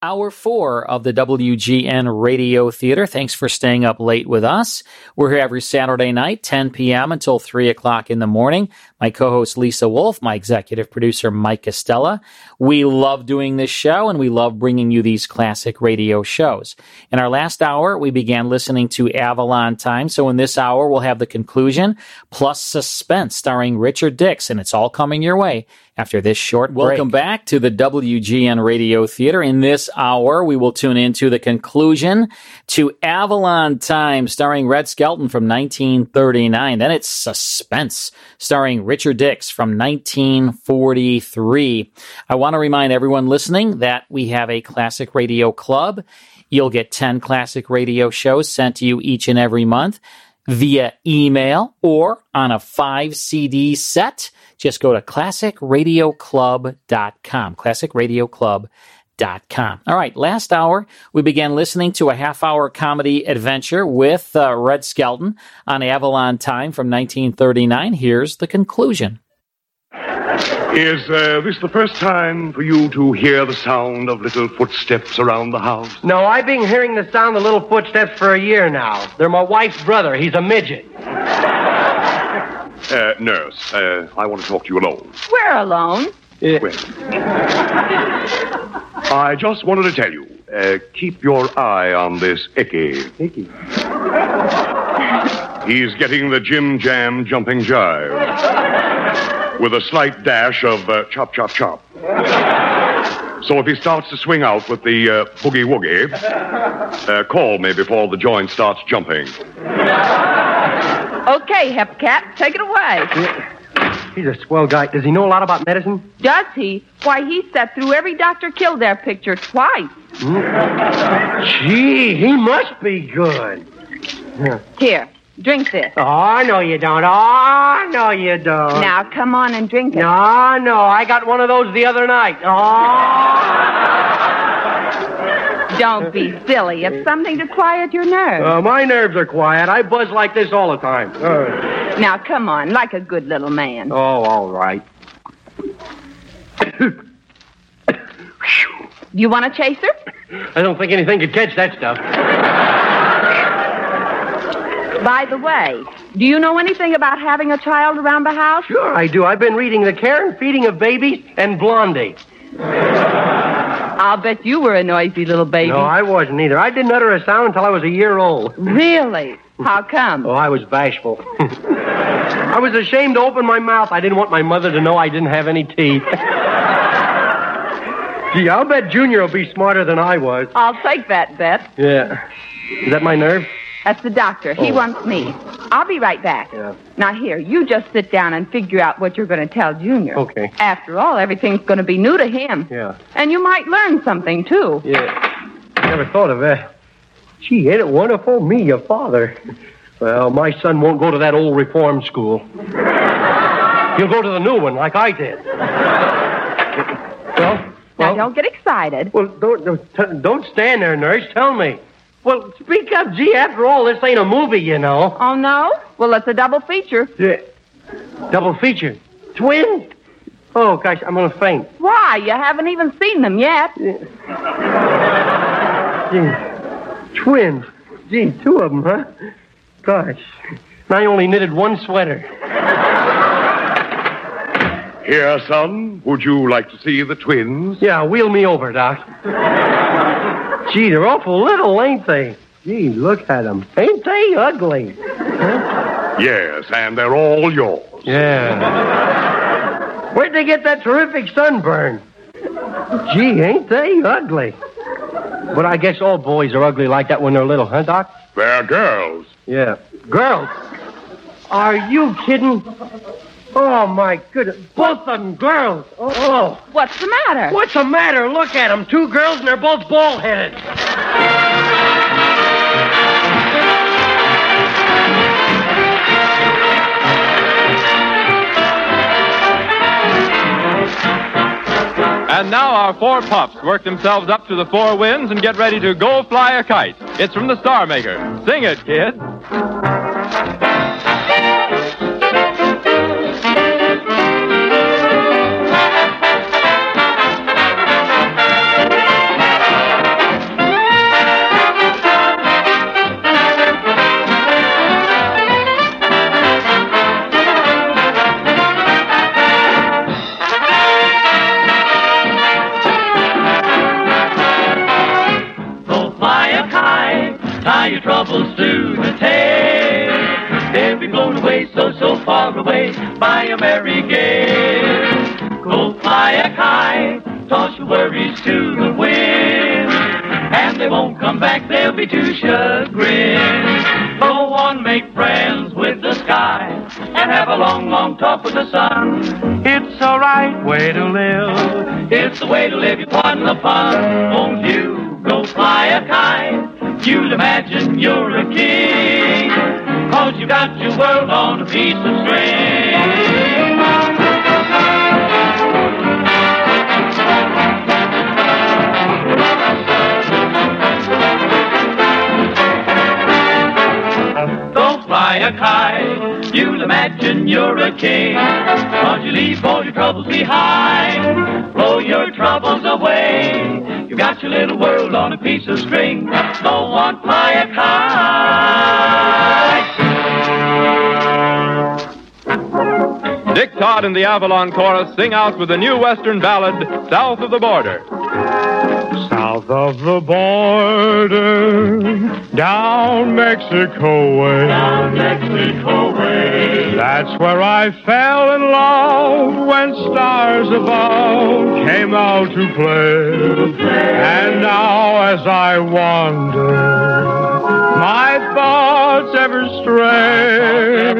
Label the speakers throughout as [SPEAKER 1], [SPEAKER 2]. [SPEAKER 1] Hour four of the WGN Radio Theater. Thanks for staying up late with us. We're here every Saturday night, 10 p.m. until 3 o'clock in the morning. My co host Lisa Wolf, my executive producer Mike Costella. We love doing this show and we love bringing you these classic radio shows. In our last hour, we began listening to Avalon Time. So in this hour, we'll have the conclusion plus suspense starring Richard Dix, and it's all coming your way after this short break. Welcome back to the WGN Radio Theater. In this hour, we will tune into the conclusion to Avalon Time, starring Red Skelton from 1939. Then it's Suspense, starring Richard Dix from 1943. I want to remind everyone listening that we have a classic radio club. You'll get 10 classic radio shows sent to you each and every month via email or on a five CD set, just go to classicradioclub.com. Classicradioclub.com. All right, last hour, we began listening to a half hour comedy adventure with uh, Red Skelton on Avalon Time from 1939. Here's the conclusion.
[SPEAKER 2] Is uh, this the first time for you to hear the sound of little footsteps around the house?
[SPEAKER 3] No, I've been hearing the sound of little footsteps for a year now. They're my wife's brother. He's a midget.
[SPEAKER 2] Uh, nurse, uh, I want to talk to you alone.
[SPEAKER 4] We're alone.
[SPEAKER 2] Well, I just wanted to tell you uh, keep your eye on this Icky. Icky? He's getting the Jim Jam jumping jive with a slight dash of uh, chop, chop, chop. So if he starts to swing out with the uh, boogie woogie, uh, call me before the joint starts jumping.
[SPEAKER 4] Okay, Hepcat, take it away.
[SPEAKER 3] He's a swell guy. Does he know a lot about medicine?
[SPEAKER 4] Does he? Why, he sat through every Dr. Kildare picture twice.
[SPEAKER 3] Hmm. Gee, he must be good. Yeah.
[SPEAKER 4] Here, drink this.
[SPEAKER 3] Oh, no, you don't. Oh, no, you don't.
[SPEAKER 4] Now, come on and drink it.
[SPEAKER 3] No, no. I got one of those the other Oh. night.
[SPEAKER 4] Don't be silly. It's something to quiet your
[SPEAKER 3] Oh.
[SPEAKER 4] nerves.
[SPEAKER 3] Uh, my nerves are quiet. I buzz like this all the time. Uh,
[SPEAKER 4] now, come on, like a good little man.
[SPEAKER 3] oh, all right.
[SPEAKER 4] You want a chaser?
[SPEAKER 3] I don't think anything could catch that stuff.
[SPEAKER 4] By the way, do you know anything about having a child around the house?
[SPEAKER 3] Sure, I do. I've been reading The Care and Feeding of Babies and Blondie.
[SPEAKER 4] I'll bet you were a noisy little baby.
[SPEAKER 3] No, I wasn't either. I didn't utter a sound until I was a year old.
[SPEAKER 4] Really? How come?
[SPEAKER 3] Oh, I was bashful. I was ashamed to open my mouth. I didn't want my mother to know I didn't have any teeth. Gee, I'll bet Junior will be smarter than I was.
[SPEAKER 4] I'll take that bet.
[SPEAKER 3] Yeah. Is that my nerve?
[SPEAKER 4] That's the doctor. He
[SPEAKER 3] Oh.
[SPEAKER 4] wants me. I'll be right back.
[SPEAKER 3] Yeah.
[SPEAKER 4] Now, here, you just sit down and figure out what you're going to tell Junior.
[SPEAKER 3] Okay.
[SPEAKER 4] After all, everything's going to be new to him.
[SPEAKER 3] Yeah.
[SPEAKER 4] And you might learn something, too.
[SPEAKER 3] Yeah. Never thought of that. Gee, ain't it wonderful? Me, your father. Well, my son won't go to that old reform school. He'll go to the new one like I did. Well,
[SPEAKER 4] Now,
[SPEAKER 3] well,
[SPEAKER 4] don't get excited.
[SPEAKER 3] Well, don't, don't, t- don't stand there, nurse. Tell me. Well, speak up, gee. After all, this ain't a movie, you know.
[SPEAKER 4] Oh, no? Well, it's a double feature.
[SPEAKER 3] Yeah. Double feature. Twin? Oh, gosh, I'm going to faint.
[SPEAKER 4] Why? You haven't even seen them yet.
[SPEAKER 3] Gee. Twins. Gee, two of them, huh? Gosh. And I only knitted one sweater.
[SPEAKER 2] Here, son, would you like to see the twins?
[SPEAKER 3] Yeah, wheel me over, Doc. gee, they're awful little, ain't they? Gee, look at them. Ain't they ugly?
[SPEAKER 2] Yes, and they're all yours.
[SPEAKER 3] Yeah. Where'd they get that terrific sunburn? Gee, ain't they ugly? But I guess all boys are ugly like that when they're little, huh, Doc?
[SPEAKER 2] They're girls.
[SPEAKER 3] Yeah. Girls. Are you kidding? Oh, my goodness. Both of them girls. Oh.
[SPEAKER 4] What's the matter?
[SPEAKER 3] What's the matter? Look at them. Two girls, and they're both bald headed.
[SPEAKER 5] And now our four pups work themselves up to the four winds and get ready to go fly a kite. It's from the Star Maker. Sing it, kid.
[SPEAKER 6] all the way by a merry gale. Go fly a kite, toss your worries to the wind. And they won't come back, they'll be too chagrined. Go on, make friends with the sky, and have a long, long talk with the sun. It's the right way to live. It's the way to live, you pardon the pun. Won't you go fly a kite? You'll imagine you're a king. Cause you got your world on a piece of string. Go fly a kite, you'll imagine you're a king. Cause you leave all your troubles behind, blow your troubles away. You got your little world on a piece of string. Go on, fly a kite.
[SPEAKER 7] Dick Todd and the Avalon Chorus sing out with the new Western ballad, South of the Border.
[SPEAKER 8] South of the border, down Mexico way. Down Mexico way. That's where I fell in love when stars above came out to play. And now as I wander, my thoughts ever stray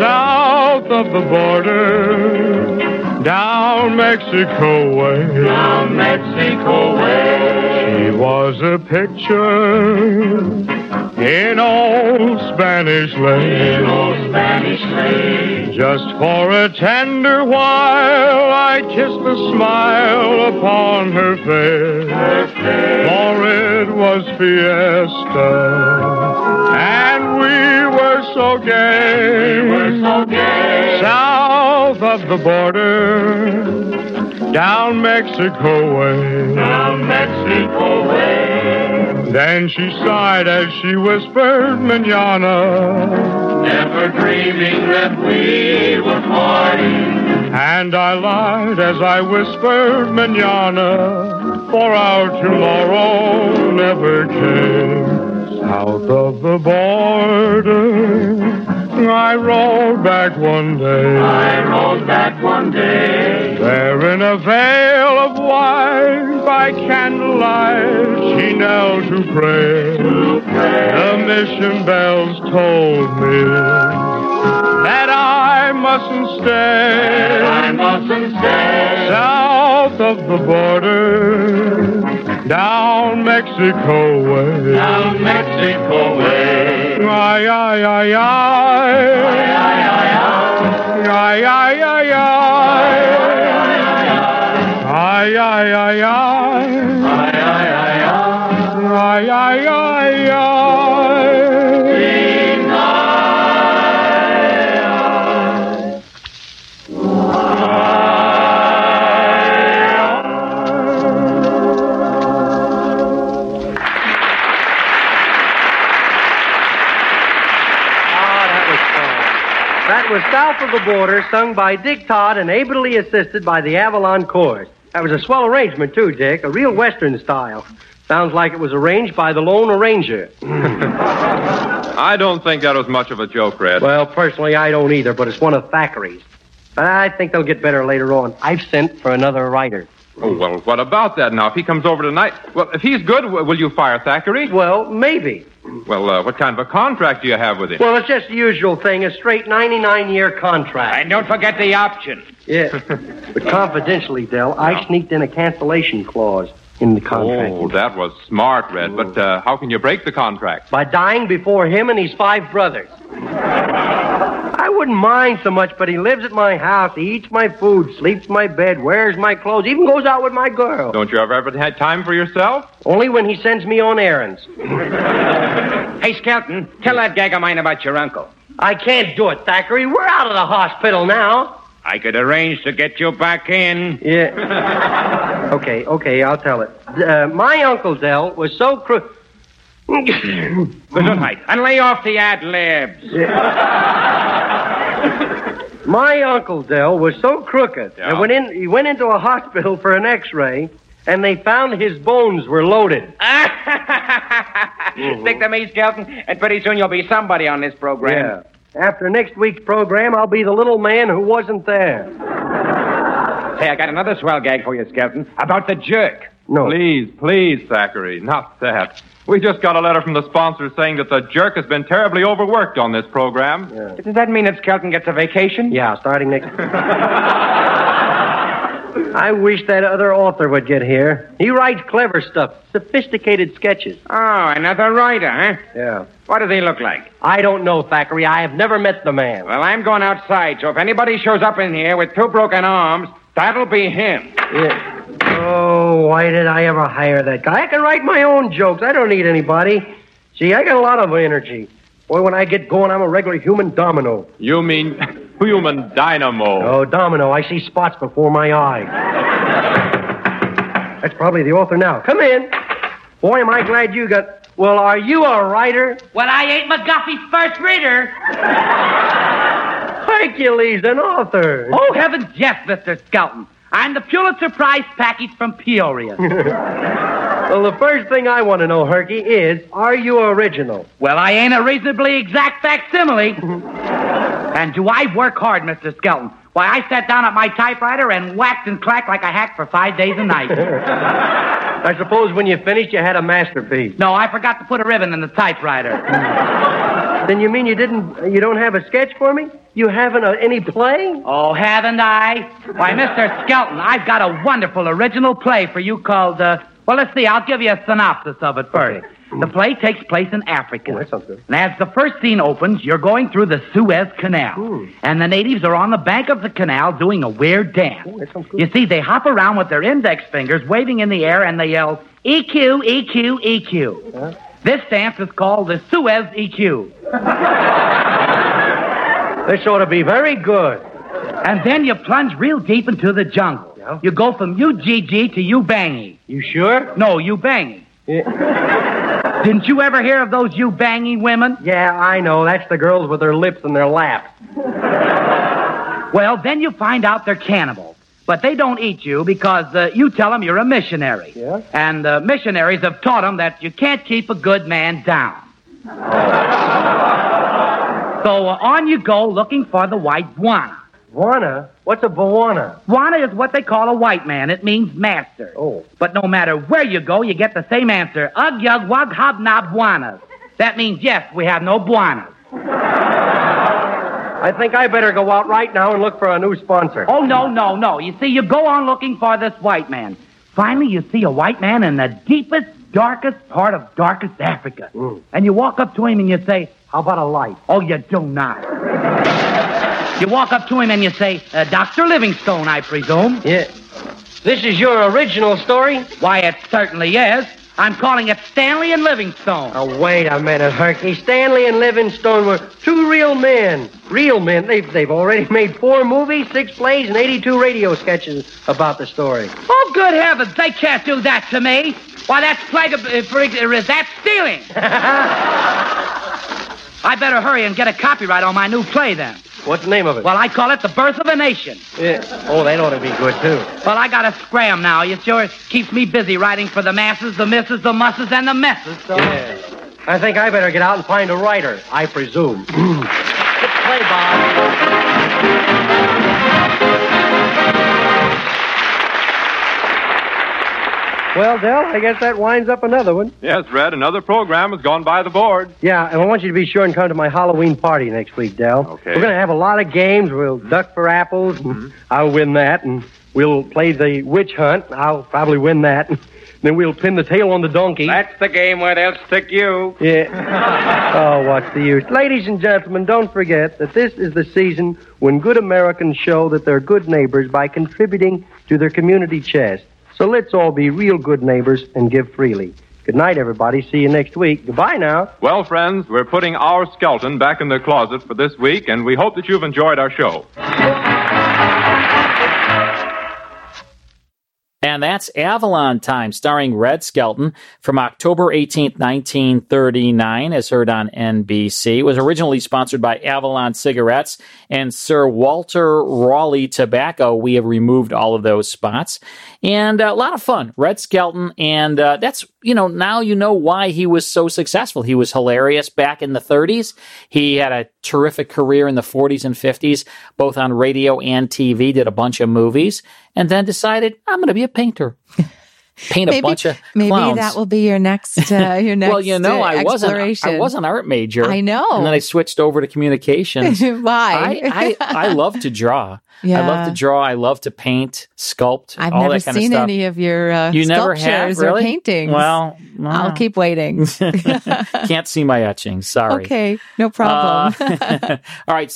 [SPEAKER 8] south of the border, down Mexico way. Down Mexico way. She was a picture in old Spanish land. Just for a tender while, I kissed the smile upon her face. For it was fiesta, and we were so gay. South of the border, down Mexico way. Down Mexico way. Then she sighed as she whispered, Manana.
[SPEAKER 6] Never dreaming that we were parting.
[SPEAKER 8] And I lied as I whispered, Manana, for our tomorrow never came. South of the border, I rode back one day.
[SPEAKER 6] I rode back one day.
[SPEAKER 8] There in a veil of white by candlelight she knelt to pray. The mission bells told me that I mustn't stay.
[SPEAKER 6] I mustn't stay.
[SPEAKER 8] South of the border, down Mexico way.
[SPEAKER 6] Down Mexico way.
[SPEAKER 8] Ay, ay, ay, ay. Ay, ay, ay, ay. Ay, ay, ay, ay. Ay, ay, ay, ay.
[SPEAKER 3] Ah, that was fun. That was South of the Border, sung by Dick Todd and ably assisted by the Avalon Chorus. That was a swell arrangement, too, Dick. A real Western style. Sounds like it was arranged by the lone arranger.
[SPEAKER 7] I don't think that was much of a joke, Red.
[SPEAKER 3] Well, personally, I don't either, but it's one of Thackeray's. But I think they'll get better later on. I've sent for another writer.
[SPEAKER 7] Oh, well, what about that now? If he comes over tonight, well, if he's good, w- will you fire Thackeray?
[SPEAKER 3] Well, maybe.
[SPEAKER 7] Well, uh, what kind of a contract do you have with him?
[SPEAKER 3] Well, it's just the usual thing a straight 99 year contract.
[SPEAKER 9] And don't forget the option.
[SPEAKER 3] Yeah. but confidentially, Dell, I sneaked in a cancellation clause in the contract.
[SPEAKER 7] Oh, that was smart, Red. But uh, how can you break the contract?
[SPEAKER 3] by dying before him and his five brothers. I wouldn't mind so much, but he lives at my house. He eats my food, sleeps my bed, wears my clothes, even goes out with my girl.
[SPEAKER 7] Don't you ever ever had time for yourself?
[SPEAKER 3] Only when he sends me on errands.
[SPEAKER 9] Hey, Skelton, tell that gag of mine about your uncle.
[SPEAKER 3] I can't do it, Thackeray. We're out of the hospital now.
[SPEAKER 9] I could arrange to get you back in.
[SPEAKER 3] Yeah. okay, okay, I'll tell it. Uh, my Uncle Dell was so cru.
[SPEAKER 9] Gesundheit. And lay off the ad libs.
[SPEAKER 3] My Uncle Dell was so crooked that when in, he went into a hospital for an x ray, and they found his bones were loaded.
[SPEAKER 9] Stick to me, Skelton, and pretty soon you'll be somebody on this program.
[SPEAKER 3] Yeah. After next week's program, I'll be the little man who wasn't there.
[SPEAKER 9] Hey, I got another swell gag for you, Skelton, about the jerk.
[SPEAKER 3] No.
[SPEAKER 5] Please, please, Thackeray, not that. We just got a letter from the sponsor saying that the jerk has been terribly overworked on this program.
[SPEAKER 9] Does that mean that Skelton gets a vacation?
[SPEAKER 3] Yeah, starting next. I wish that other author would get here. He writes clever stuff, sophisticated sketches.
[SPEAKER 9] Oh, another writer, huh?
[SPEAKER 3] Yeah.
[SPEAKER 9] What does he look like?
[SPEAKER 3] I don't know, Thackeray. I have never met the man.
[SPEAKER 9] Well, I'm going outside, so if anybody shows up in here with two broken arms, that'll be him.
[SPEAKER 3] Yeah. Oh, why did I ever hire that guy? I can write my own jokes. I don't need anybody. Gee, I got a lot of energy. Boy, when I get going, I'm a regular human domino.
[SPEAKER 5] You mean human dynamo.
[SPEAKER 3] Oh, domino, I see spots before my eyes. That's probably the author now. Come in. Boy, am I glad you got. Well, are you a writer?
[SPEAKER 10] Well, I ain't McGuffey's first reader.
[SPEAKER 3] Hercules, an author.
[SPEAKER 10] Oh, heavens, yes, Mr. Skelton. I'm the Pulitzer Prize package from Peoria.
[SPEAKER 3] Well, the first thing I want to know, Herky, is are you original?
[SPEAKER 10] well, I ain't a reasonably exact facsimile. and do I work hard, Mr. Skelton? Why, I sat down at my typewriter and whacked and clacked like a hack for five days and nights.
[SPEAKER 3] I suppose when you finished, you had a masterpiece.
[SPEAKER 10] no, I forgot to put a ribbon in the typewriter.
[SPEAKER 3] Then you mean you didn't? You don't have a sketch for me? You haven't uh, any play?
[SPEAKER 10] Oh, haven't I? Why, Mr. Skelton, I've got a wonderful original play for you called, uh, well, let's see, I'll give you a synopsis of it first. The play takes place in Africa.
[SPEAKER 3] Mm. Oh, that sounds good.
[SPEAKER 10] And as the first scene opens, you're going through the Suez Canal.
[SPEAKER 3] Hmm.
[SPEAKER 10] And the natives are on the bank of the canal doing a weird dance.
[SPEAKER 3] that sounds good.
[SPEAKER 10] you see, they hop around with their index fingers waving in the air and they yell, E EQ, EQ, EQ. E This dance is called the Suez E EQ.
[SPEAKER 3] This ought to be very good.
[SPEAKER 10] And then you plunge real deep into the jungle.
[SPEAKER 3] Yeah.
[SPEAKER 10] You go from UGG to Ubangi.
[SPEAKER 3] You sure?
[SPEAKER 10] No, Ubangi.
[SPEAKER 3] Yeah,
[SPEAKER 10] Didn't you ever hear of those Ubangi women?
[SPEAKER 3] yeah, I know. That's the girls with their lips in their lap.
[SPEAKER 10] Well, then you find out they're cannibals. But they don't eat you because uh, you tell them you're a missionary.
[SPEAKER 3] Yeah.
[SPEAKER 10] And uh, missionaries have taught them that you can't keep a good man down. so uh, on you go looking for the white guana.
[SPEAKER 3] Buana? What's a buana?
[SPEAKER 10] Guana is what they call a white man. It means master.
[SPEAKER 3] Oh.
[SPEAKER 10] But no matter where you go, you get the same answer. Ug yug wug hobnob buanas. That means, yes, we have no buanas.
[SPEAKER 3] I think I better go out right now and look for a new sponsor.
[SPEAKER 10] Oh, no, no, no. You see, you go on looking for this white man. Finally, you see a white man in the deepest, darkest part of darkest Africa.
[SPEAKER 3] Mm.
[SPEAKER 10] And you walk up to him and you say,
[SPEAKER 3] How about a light?
[SPEAKER 10] Oh, you do not. you walk up to him and you say, uh, Dr. Livingstone, I presume.
[SPEAKER 3] Yeah. This is your original story?
[SPEAKER 10] Why, it certainly is. I'm calling it Stanley and Livingstone.
[SPEAKER 3] Now, wait a minute, Herky. Stanley and Livingstone were two real men. Real men. They've, they've already made four movies, six plays, and 82 radio sketches about the story.
[SPEAKER 10] Oh, good heavens, they can't do that to me. Why, that's plague of, uh, for, uh, that's stealing. I better hurry and get a copyright on my new play then.
[SPEAKER 3] What's the name of it?
[SPEAKER 10] Well, I call it The Birth of a Nation.
[SPEAKER 3] Yeah. Oh, that ought to be good, too.
[SPEAKER 10] Well, I gotta scram now. You sure keeps me busy writing for the masses, the misses, the musses, and the messes. So.
[SPEAKER 3] Yeah. I think I better get out and find a writer, I presume.
[SPEAKER 10] Play, Bob.
[SPEAKER 3] well, Dell, I guess that winds up another one.
[SPEAKER 5] Yes, Red, another program has gone by the board.
[SPEAKER 3] Yeah, and I want you to be sure and come to my Halloween party next week, Dell.
[SPEAKER 5] Okay.
[SPEAKER 3] We're going to have a lot of games. We'll duck for apples. and I'll win that. And we'll play the witch hunt. I'll probably win that. And then we'll pin the tail on the donkey.
[SPEAKER 9] That's the game where they'll stick you.
[SPEAKER 3] Yeah. oh, what's the use? Ladies and gentlemen, don't forget that this is the season when good Americans show that they're good neighbors by contributing to their community chest. So let's all be real good neighbors and give freely. Good night, everybody. See you next week. Goodbye now.
[SPEAKER 5] Well, friends, we're putting our skeleton back in the closet for this week, and we hope that you've enjoyed our show.
[SPEAKER 1] And that's Avalon Time, starring Red Skelton from October 18th, 1939, as heard on NBC. It was originally sponsored by Avalon Cigarettes and Sir Walter Raleigh Tobacco. We have removed all of those spots. And uh, a lot of fun. Red Skelton, and uh, that's you know, now you know why he was so successful. He was hilarious back in the 30s. He had a terrific career in the 40s and 50s, both on radio and TV, did a bunch of movies, and then decided, I'm going to be a painter. Paint a
[SPEAKER 11] Maybe-
[SPEAKER 1] bunch of
[SPEAKER 11] Maybe
[SPEAKER 1] clowns.
[SPEAKER 11] that will be your next uh, your next.
[SPEAKER 1] well, you know,
[SPEAKER 11] uh,
[SPEAKER 1] I wasn't.
[SPEAKER 11] exploration.
[SPEAKER 1] I was an art major.
[SPEAKER 11] I know.
[SPEAKER 1] And then I switched over to communications.
[SPEAKER 11] Why?
[SPEAKER 1] I, I, I love to draw. I
[SPEAKER 11] Yeah.
[SPEAKER 1] love to draw. I love to paint, sculpt,
[SPEAKER 11] I've
[SPEAKER 1] all
[SPEAKER 11] never
[SPEAKER 1] that kind of
[SPEAKER 11] seen
[SPEAKER 1] stuff.
[SPEAKER 11] any of your uh,
[SPEAKER 1] You never
[SPEAKER 11] sculptures
[SPEAKER 1] have,
[SPEAKER 11] or
[SPEAKER 1] really?
[SPEAKER 11] paintings.
[SPEAKER 1] Well,
[SPEAKER 11] I'll
[SPEAKER 1] well.
[SPEAKER 11] keep waiting.
[SPEAKER 1] Can't see my etchings. Sorry.
[SPEAKER 11] okay, no problem.
[SPEAKER 1] Uh, all right,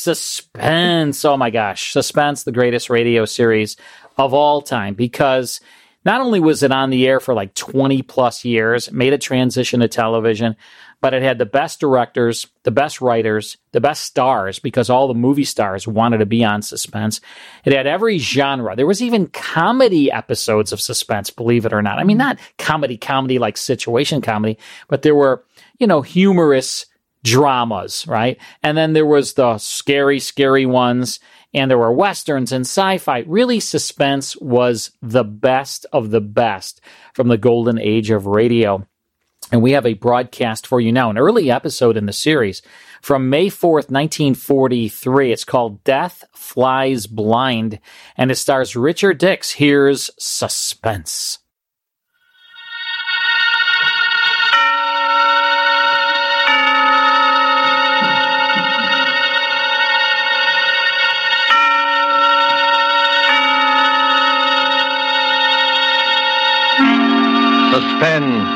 [SPEAKER 1] Suspense. Oh my gosh. Suspense, the greatest radio series of all time because not only was it on the air for like 20 plus years, made a transition to television, but it had the best directors, the best writers, the best stars because all the movie stars wanted to be on Suspense. It had every genre. There was even comedy episodes of Suspense, believe it or not. I mean, not comedy, comedy like situation comedy, but there were, you know, humorous dramas, right? And then there was the scary, scary ones, and there were westerns and sci-fi. Really, suspense was the best of the best from the golden age of radio. And we have a broadcast for you now, an early episode in the series from May 4th, 1943. It's called Death Flies Blind, and it stars Richard Dix. Here's Suspense.
[SPEAKER 12] Suspense.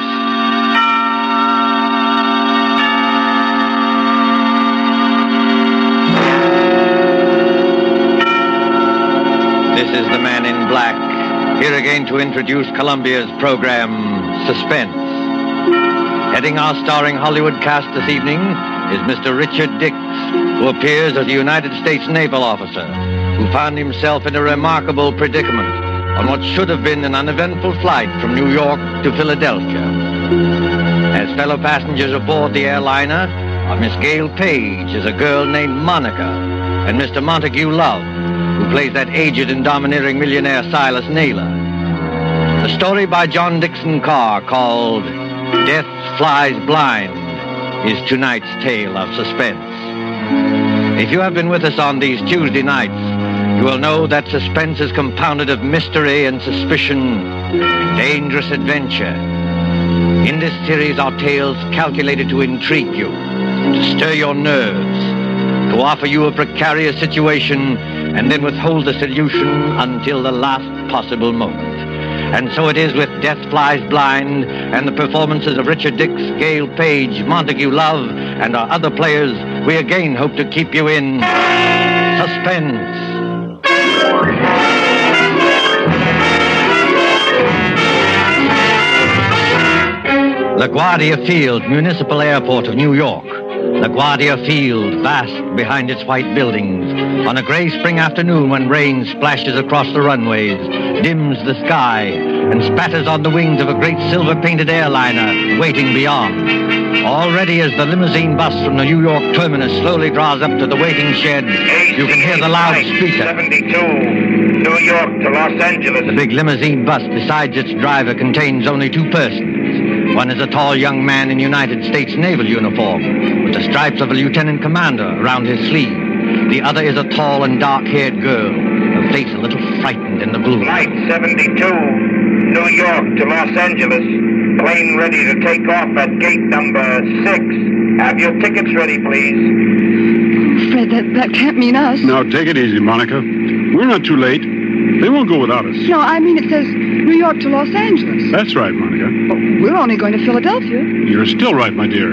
[SPEAKER 12] This is the man in black, here again to introduce Columbia's program, Suspense. Heading our starring Hollywood cast this evening is Mr. Richard Dix, who appears as a United States naval officer who found himself in a remarkable predicament on what should have been an uneventful flight from New York to Philadelphia. As fellow passengers aboard the airliner are Miss Gail Page is a girl named Monica and Mr. Montague Love, who plays that aged and domineering millionaire Silas Naylor. A story by John Dixon Carr called Death Flies Blind is tonight's tale of suspense. If you have been with us on these Tuesday nights, you will know that suspense is compounded of mystery and suspicion and dangerous adventure. In this series are tales calculated to intrigue you, to stir your nerves, to offer you a precarious situation, and then withhold the solution until the last possible moment. And so it is with Death Flies Blind and the performances of Richard Dix, Gail Page, Montague Love, and our other players, we again hope to keep you in suspense. LaGuardia Field, Municipal Airport of New York. LaGuardia Field, vast behind its white buildings. On a gray spring afternoon when rain splashes across the runways, dims the sky, and spatters on the wings of a great silver-painted airliner waiting beyond. Already as the limousine bus from the New York terminus slowly draws up to the waiting shed, you can hear the loudspeaker.
[SPEAKER 13] 72, New York to Los Angeles.
[SPEAKER 12] The big limousine bus, besides its driver, contains only two persons. One is a tall young man in United States naval uniform, with the stripes of a lieutenant commander around his sleeve. The other is a tall and dark-haired girl, her face a little frightened in the blue light.
[SPEAKER 13] Flight 72, New York to Los Angeles. Plane ready to take off at gate number six. Have your tickets ready, please.
[SPEAKER 14] Fred, that, that can't mean us.
[SPEAKER 15] Now, take it easy, Monica. We're not too late. They won't go without us.
[SPEAKER 14] No, I mean it says New York to Los Angeles.
[SPEAKER 15] That's right, Monica.
[SPEAKER 14] We're only going to Philadelphia.
[SPEAKER 15] You're still right, my dear.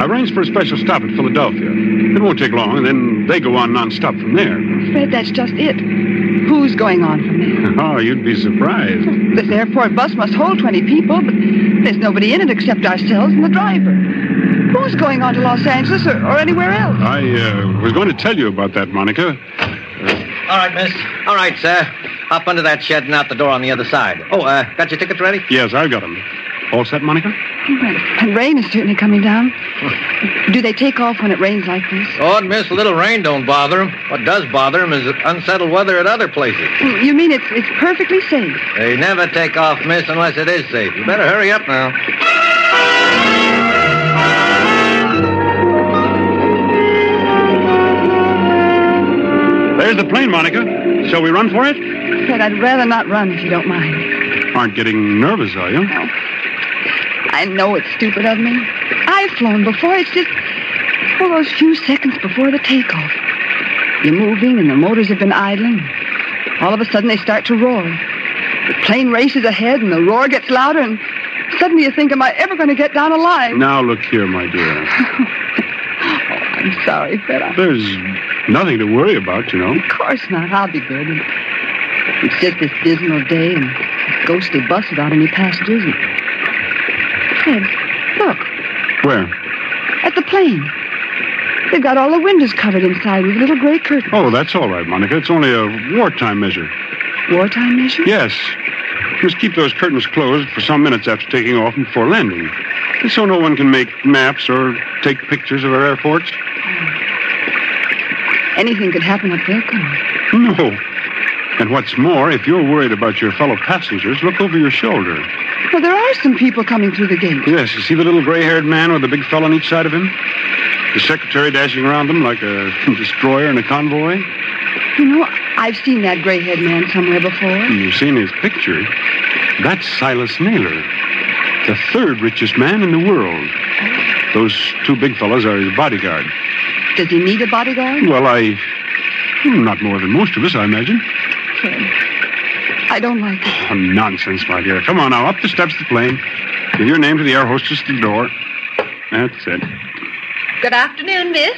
[SPEAKER 15] I arranged for a special stop at Philadelphia. It won't take long, and then they go on nonstop from there.
[SPEAKER 14] Fred, that's just it. Who's going on from there?
[SPEAKER 15] Oh, you'd be surprised.
[SPEAKER 14] This airport bus must hold 20 people, but there's nobody in it except ourselves and the driver. Who's going on to Los Angeles or, or anywhere else?
[SPEAKER 15] I uh, was going to tell you about that, Monica.
[SPEAKER 12] All right, miss. All right, sir. Up under that shed and out the door on the other side. Oh, uh, got your tickets ready?
[SPEAKER 15] Yes, I've got them. All set, Monica?
[SPEAKER 14] And rain is certainly coming down. Do they take off when it rains like this?
[SPEAKER 12] Oh, and miss, a little rain don't bother them. What does bother them is the unsettled weather at other places.
[SPEAKER 14] You mean it's it's perfectly safe?
[SPEAKER 12] They never take off, miss, unless it is safe. You better hurry up now.
[SPEAKER 15] There's the plane, Monica. Shall we run for it?
[SPEAKER 14] But I'd rather not run if you don't mind.
[SPEAKER 15] Aren't getting nervous, are you? No.
[SPEAKER 14] I know it's stupid of me. I've flown before. It's just for those few seconds before the takeoff. You're moving and the motors have been idling. All of a sudden they start to roar. The plane races ahead and the roar gets louder and suddenly you think, am I ever going to get down alive?
[SPEAKER 15] Now look here, my dear.
[SPEAKER 14] Oh, I'm sorry, Fred. I-
[SPEAKER 15] There's nothing to worry about, you know.
[SPEAKER 14] Of course not. I'll be good. It's just this dismal day and a ghostly bus without any passengers. And... Fred, look,
[SPEAKER 15] Where?
[SPEAKER 14] at the plane. They've got all the windows covered inside with little gray curtains.
[SPEAKER 15] Oh, that's all right, Monica. It's only a wartime measure.
[SPEAKER 14] Wartime measure?
[SPEAKER 15] Yes. Must keep those curtains closed for some minutes after taking off and before landing. So no one can make maps or take pictures of our airports.
[SPEAKER 14] Anything could happen up there, couldn't it?
[SPEAKER 15] No. And what's more, if you're worried about your fellow passengers, look over your shoulder.
[SPEAKER 14] Well, there are some people coming through the gate.
[SPEAKER 15] Yes, you see the little gray haired man with the big fellow on each side of him? The secretary dashing around them like a destroyer in a convoy?
[SPEAKER 14] You know, I've seen that gray-haired man somewhere before.
[SPEAKER 15] You've seen his picture. That's Silas Naylor, the third richest man in the world. Those two big fellows are his bodyguard.
[SPEAKER 14] Does he need a bodyguard?
[SPEAKER 15] Well, I. hmm, Not more than most of us, I imagine.
[SPEAKER 14] Fred, I don't like it.
[SPEAKER 15] Oh, nonsense, my dear. Come on now, up the steps of the plane. Give your name to the air hostess at the door. That's it.
[SPEAKER 16] Good afternoon, miss.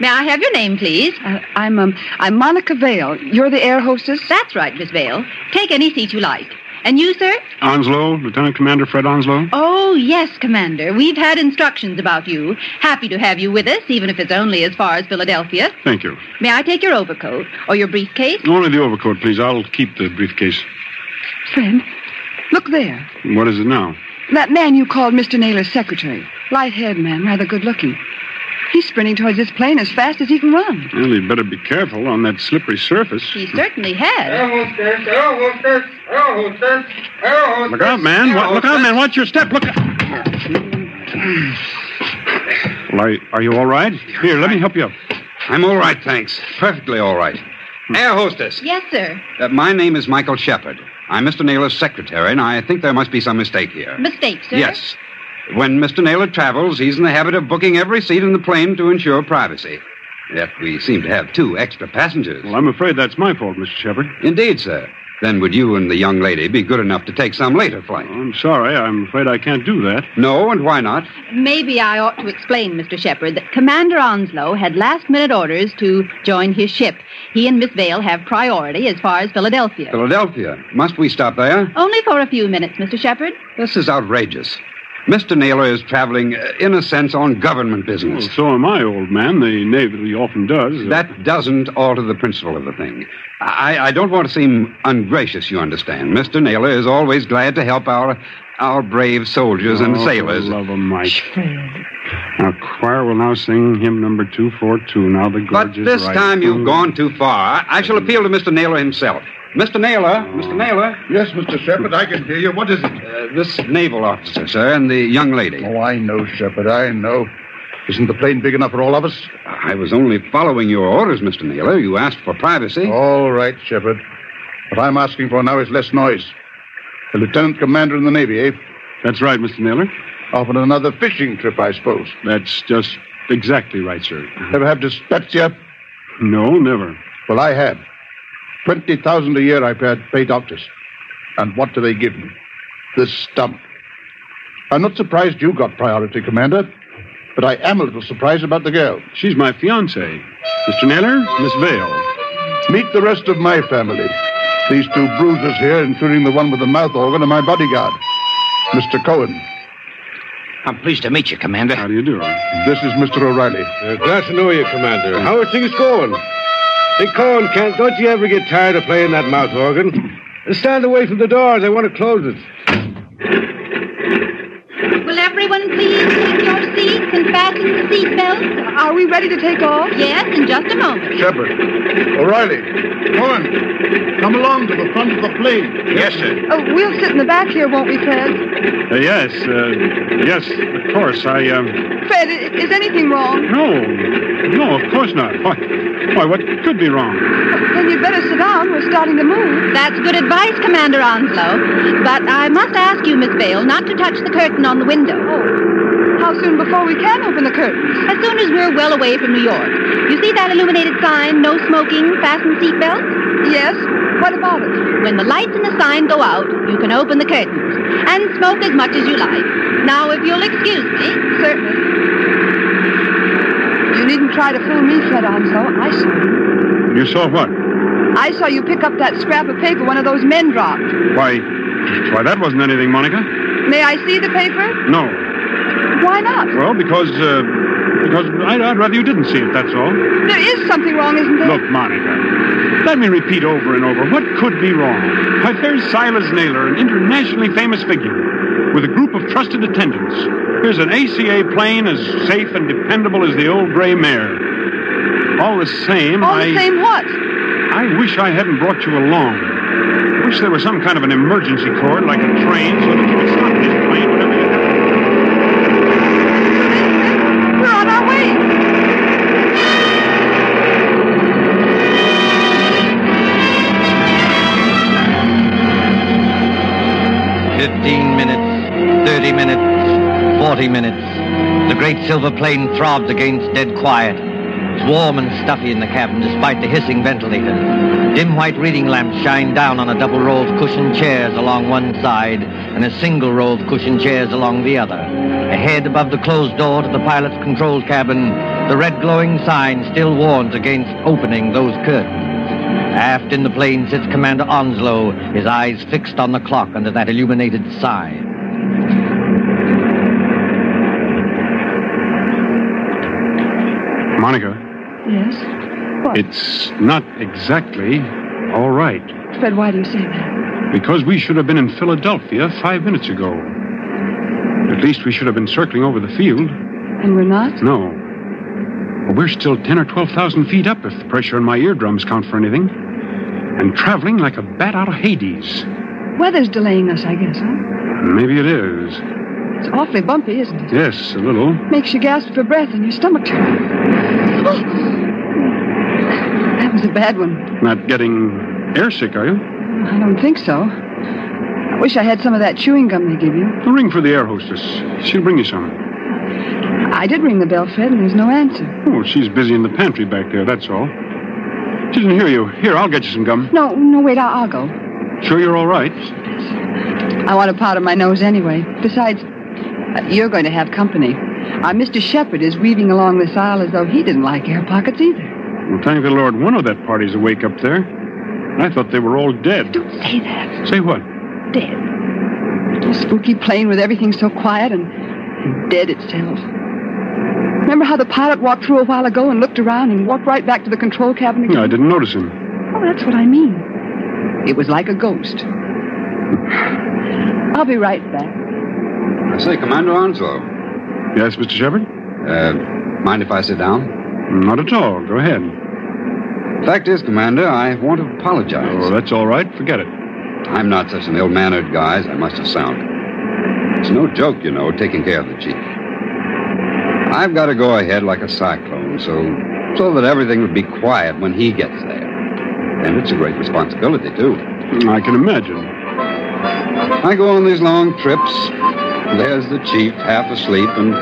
[SPEAKER 16] May I have your name, please?
[SPEAKER 14] Uh, I'm um, I'm Monica Vale. You're the air hostess?
[SPEAKER 16] That's right, Miss Vale. Take any seat you like. And you, sir?
[SPEAKER 15] Onslow, Lieutenant Commander Fred Onslow.
[SPEAKER 16] Oh, yes, Commander. We've had instructions about you. Happy to have you with us, even if it's only as far as Philadelphia.
[SPEAKER 15] Thank you.
[SPEAKER 16] May I take your overcoat or your briefcase?
[SPEAKER 15] Only the overcoat, please. I'll keep the briefcase.
[SPEAKER 14] Friend, look there.
[SPEAKER 15] What is it now?
[SPEAKER 14] That man you called Mr. Naylor's secretary. Light-haired man, rather good-looking. He's sprinting towards this plane as fast as he can run.
[SPEAKER 15] Well, you'd better be careful on that slippery surface.
[SPEAKER 16] He certainly has.
[SPEAKER 17] hostess, air hostess, air hostess, air hostess.
[SPEAKER 15] Look out, man. What, look out, man. Watch your step. Look out. Well, are, are you all right? Here, let me help you up.
[SPEAKER 18] I'm all right, thanks. Perfectly all right.
[SPEAKER 15] Hmm.
[SPEAKER 18] Air hostess.
[SPEAKER 16] Yes, sir.
[SPEAKER 18] Uh, my name is Michael Shepard. I'm Mr. Naylor's secretary, and I think there must be some mistake here.
[SPEAKER 16] Mistake, sir?
[SPEAKER 18] Yes. When Mr. Naylor travels, he's in the habit of booking every seat in the plane to ensure privacy. Yet we seem to have two extra passengers. Well,
[SPEAKER 15] I'm afraid that's my fault, Mr. Shepard.
[SPEAKER 18] Indeed, sir. Then would you and the young lady be good enough to take some later flight?
[SPEAKER 15] I'm sorry. I'm afraid I can't do that.
[SPEAKER 18] No, and why not?
[SPEAKER 16] Maybe I ought to explain, Mr. Shepard, that Commander Onslow had last minute orders to join his ship. He and Miss Vale have priority as far as Philadelphia.
[SPEAKER 18] Philadelphia. Must we stop there?
[SPEAKER 16] Only for a few minutes, Mr. Shepard.
[SPEAKER 18] This is outrageous. Mr. Naylor is traveling, uh, in a sense, on government business.
[SPEAKER 15] Well, so am I, old man. The Navy often does. uh,
[SPEAKER 18] That doesn't alter the principle of the thing. I, I don't want to seem ungracious, you understand. Mr. Naylor is always glad to help our our brave soldiers and
[SPEAKER 15] Oh,
[SPEAKER 18] sailors.
[SPEAKER 15] for the love of Mike. Now, choir will now sing hymn number 242. Now, the
[SPEAKER 18] But
[SPEAKER 15] gorgeous
[SPEAKER 18] this
[SPEAKER 15] right-
[SPEAKER 18] time you've gone too far. I, I shall appeal to Mr. Naylor himself. Mr. Naylor, Mr. Naylor. Yes, Mr. Shepard, I can hear you. What is it? Uh, this naval officer, sir, and the young lady.
[SPEAKER 19] Oh, I know, Shepard. I know. Isn't the plane big enough for all of us?
[SPEAKER 18] I was only following your orders, Mr. Naylor. You asked for privacy.
[SPEAKER 19] All right, Shepard. What I'm asking for now is less noise. The lieutenant commander in the Navy, eh?
[SPEAKER 15] That's right, Mr. Naylor.
[SPEAKER 19] Off on another fishing trip, I suppose.
[SPEAKER 15] That's just exactly right, sir.
[SPEAKER 19] Ever have dyspepsia?
[SPEAKER 15] No, never.
[SPEAKER 19] Well, I have. 20000 a year I pay- pay doctors. And what do they give me? This stump. I'm not surprised you got priority, Commander, but I am a little surprised about the girl.
[SPEAKER 15] She's my fiancée. Mr. Naylor, Miss Vale.
[SPEAKER 19] Meet the rest of my family. These two bruisers here, including the one with the mouth organ, are my bodyguard, Mr. Cohen.
[SPEAKER 20] I'm pleased to meet you, Commander.
[SPEAKER 15] How do you do?
[SPEAKER 19] This is Mr. O'Reilly.
[SPEAKER 21] Uh, glad to know you, Commander. How are things going? Hey, Cohen, can't, don't you ever get tired of playing that mouth organ? Stand away from the doors. I want to close it.
[SPEAKER 16] Everyone, please take your seats and fasten the seat belts. Are we ready to take off? Yes, in just a moment.
[SPEAKER 19] Shepard. O'Reilly. Cohen. Come along to the front of the plane. Yes, sir.
[SPEAKER 14] Oh, we'll sit in the back here, won't we, Fred?
[SPEAKER 15] Uh, yes, uh, yes, of course. I, um,
[SPEAKER 14] Fred, i- is anything wrong?
[SPEAKER 15] no, no, of course not. Why, why, what could be wrong?
[SPEAKER 16] Then you'd better sit down. We're starting to move. That's good advice, Commander Onslow. But I must ask you, Miss Vale, not to touch the curtain on the window. Oh. How soon before we can open the curtains? As soon as we're well away from New York. You see that illuminated sign, no smoking, fasten seatbelts? Yes. What about it? When the lights in the sign go out, you can open the curtains and smoke as much as you like. Now, if you'll excuse me. Certainly.
[SPEAKER 14] You needn't try to fool me, Fred Onslow. I saw you.
[SPEAKER 15] You saw what?
[SPEAKER 14] I saw you pick up that scrap of paper one of those men dropped.
[SPEAKER 15] Why, why, that wasn't anything, Monica.
[SPEAKER 14] May I see the paper?
[SPEAKER 15] No,
[SPEAKER 14] Why not?
[SPEAKER 15] Well, because, uh, because I'd, I'd rather you didn't see it, that's all.
[SPEAKER 14] There is something wrong, isn't there?
[SPEAKER 15] Look, Monica, let me repeat over and over what could be wrong. Why, there's Silas Naylor, an internationally famous figure, with a group of trusted attendants. Here's an ACA plane as safe and dependable as the old gray mare. All the same,
[SPEAKER 14] All
[SPEAKER 15] I.
[SPEAKER 14] the same, what?
[SPEAKER 15] I wish I hadn't brought you along. Wish there was some kind of an emergency cord, like a train, so that you could stop this plane whenever you.
[SPEAKER 14] We're on our way.
[SPEAKER 12] Fifteen minutes, thirty minutes, forty minutes. The great silver plane throbbed against dead quiet. It was warm and stuffy in the cabin despite the hissing ventilator. Dim white reading lamps shined down on a double row of cushioned chairs along one side and a single row of cushioned chairs along the other. Ahead above the closed door to the pilot's control cabin, the red glowing sign still warns against opening those curtains. Aft in the plane sits Commander Onslow, his eyes fixed on the clock under that illuminated sign.
[SPEAKER 15] Monica,
[SPEAKER 14] Yes.
[SPEAKER 15] it's not exactly all right.
[SPEAKER 14] Fred, why do you say that?
[SPEAKER 15] Because we should have been in Philadelphia five minutes ago. At least we should have been circling over the field.
[SPEAKER 14] And we're not?
[SPEAKER 15] No. Well, we're still 10 or 12,000 feet up if the pressure on my eardrums count for anything. And traveling like a bat out of Hades.
[SPEAKER 14] Weather's delaying us, I guess, huh?
[SPEAKER 15] Maybe it is.
[SPEAKER 14] It's awfully bumpy, isn't it?
[SPEAKER 15] Yes, a little.
[SPEAKER 14] Makes you gasp for breath and your stomach turns. Oh! that was a bad one.
[SPEAKER 15] Not getting airsick, are you?
[SPEAKER 14] I don't think so. I wish I had some of that chewing gum they give you.
[SPEAKER 15] Ring for the air hostess. She'll bring you some.
[SPEAKER 14] I did ring the bell, Fred, and there's no answer.
[SPEAKER 15] Oh, she's busy in the pantry back there, that's all. She didn't hear you. Here, I'll get you some gum.
[SPEAKER 14] No, no, wait, I'll, I'll go.
[SPEAKER 15] Sure you're all right?
[SPEAKER 14] I want to powder my nose anyway. Besides, uh, you're going to have company. Our Mr. Shepard is weaving along this aisle as though he didn't like air pockets either.
[SPEAKER 15] Well, thank the Lord, one of that party's awake up there. I thought they were all dead. Don't
[SPEAKER 14] say that.
[SPEAKER 15] Say what?
[SPEAKER 14] Dead. A spooky plane with everything so quiet and, and dead itself. Remember how the pilot walked through a while ago and looked around and walked right back to the control cabin again?
[SPEAKER 15] No, I didn't notice him.
[SPEAKER 14] Oh, that's what I mean. It was like a ghost. I'll be right back.
[SPEAKER 18] I say, Commander Onslow.
[SPEAKER 15] Yes, Mr. Shepard?
[SPEAKER 18] Uh, mind if I sit down?
[SPEAKER 15] Not at all. Go ahead.
[SPEAKER 18] Fact is, Commander, I want to apologize.
[SPEAKER 15] Oh, that's all right. Forget it.
[SPEAKER 18] I'm not such an ill mannered guy as I must have sounded. It's no joke, you know, taking care of the chief. I've got to go ahead like a cyclone, so so that everything would be quiet when he gets there. And it's a great responsibility, too.
[SPEAKER 15] I can imagine.
[SPEAKER 18] I go on these long trips. There's the chief half asleep and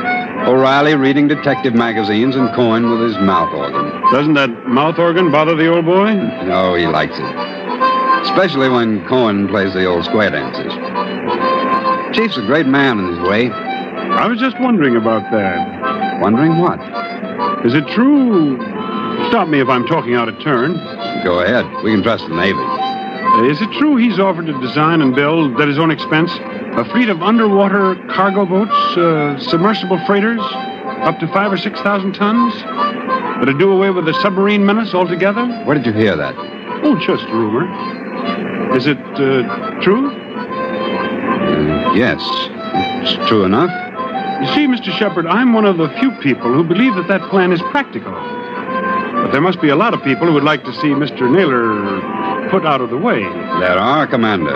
[SPEAKER 18] O'Reilly reading detective magazines and Cohen with his mouth organ.
[SPEAKER 15] Doesn't that mouth organ bother the old boy?
[SPEAKER 18] No, he likes it. Especially when Cohen plays the old square dances. Chief's a great man in his way.
[SPEAKER 15] I was just wondering about that.
[SPEAKER 18] Wondering what?
[SPEAKER 15] Is it true? Stop me if I'm talking out of turn. Uh,
[SPEAKER 18] Go ahead. We can trust the Navy.
[SPEAKER 15] Is it true he's offered to design and build, at his own expense, a fleet of underwater cargo boats, uh, submersible freighters, up to five or six thousand tons, that'll do away with the submarine menace altogether?
[SPEAKER 18] Where did you hear that?
[SPEAKER 15] Oh, just rumor. Is it uh, true?
[SPEAKER 18] Yes, it's true enough.
[SPEAKER 15] You see, Mr. Shepard, I'm one of the few people who believe that that plan is practical. But there must be a lot of people who would like to see Mr. Naylor put out of the way.
[SPEAKER 18] There are, Commander.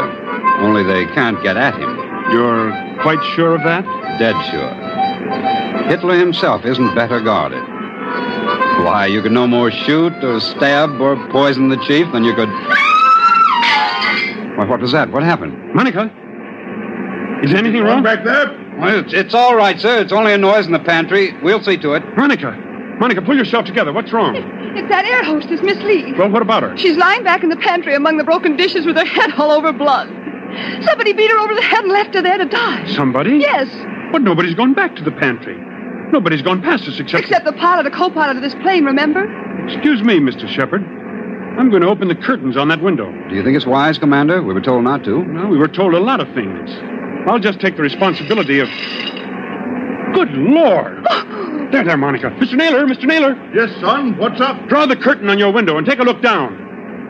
[SPEAKER 18] Only they can't get at him.
[SPEAKER 15] You're quite sure of that?
[SPEAKER 18] Dead sure. Hitler himself isn't better guarded. Why, you could no more shoot or stab or poison the chief than you could. Why, what was that? What happened?
[SPEAKER 15] Monica? Is anything wrong?
[SPEAKER 18] Back there? Well, it's, it's all right, sir. It's only a noise in the pantry. We'll see to it.
[SPEAKER 15] Monica! Monica, pull yourself together. What's wrong?
[SPEAKER 14] It's that air hostess, Miss Lee.
[SPEAKER 15] Well, what about her?
[SPEAKER 14] She's lying back in the pantry among the broken dishes with her head all over blood. Somebody beat her over the head and left her there to die.
[SPEAKER 15] Somebody?
[SPEAKER 14] Yes.
[SPEAKER 15] But nobody's gone back to the pantry. Nobody's gone past us except.
[SPEAKER 14] Except the pilot, the co-pilot of this plane, remember?
[SPEAKER 15] Excuse me, Mr. Shepard. I'm going to open the curtains on that window.
[SPEAKER 18] Do you think it's wise, Commander? We were told not to.
[SPEAKER 15] No, we were told a lot of things. I'll just take the responsibility of. Good Lord! There, there, Monica. Mr. Naylor, Mr. Naylor. Yes, son. What's up? Draw the curtain on your window and take a look down.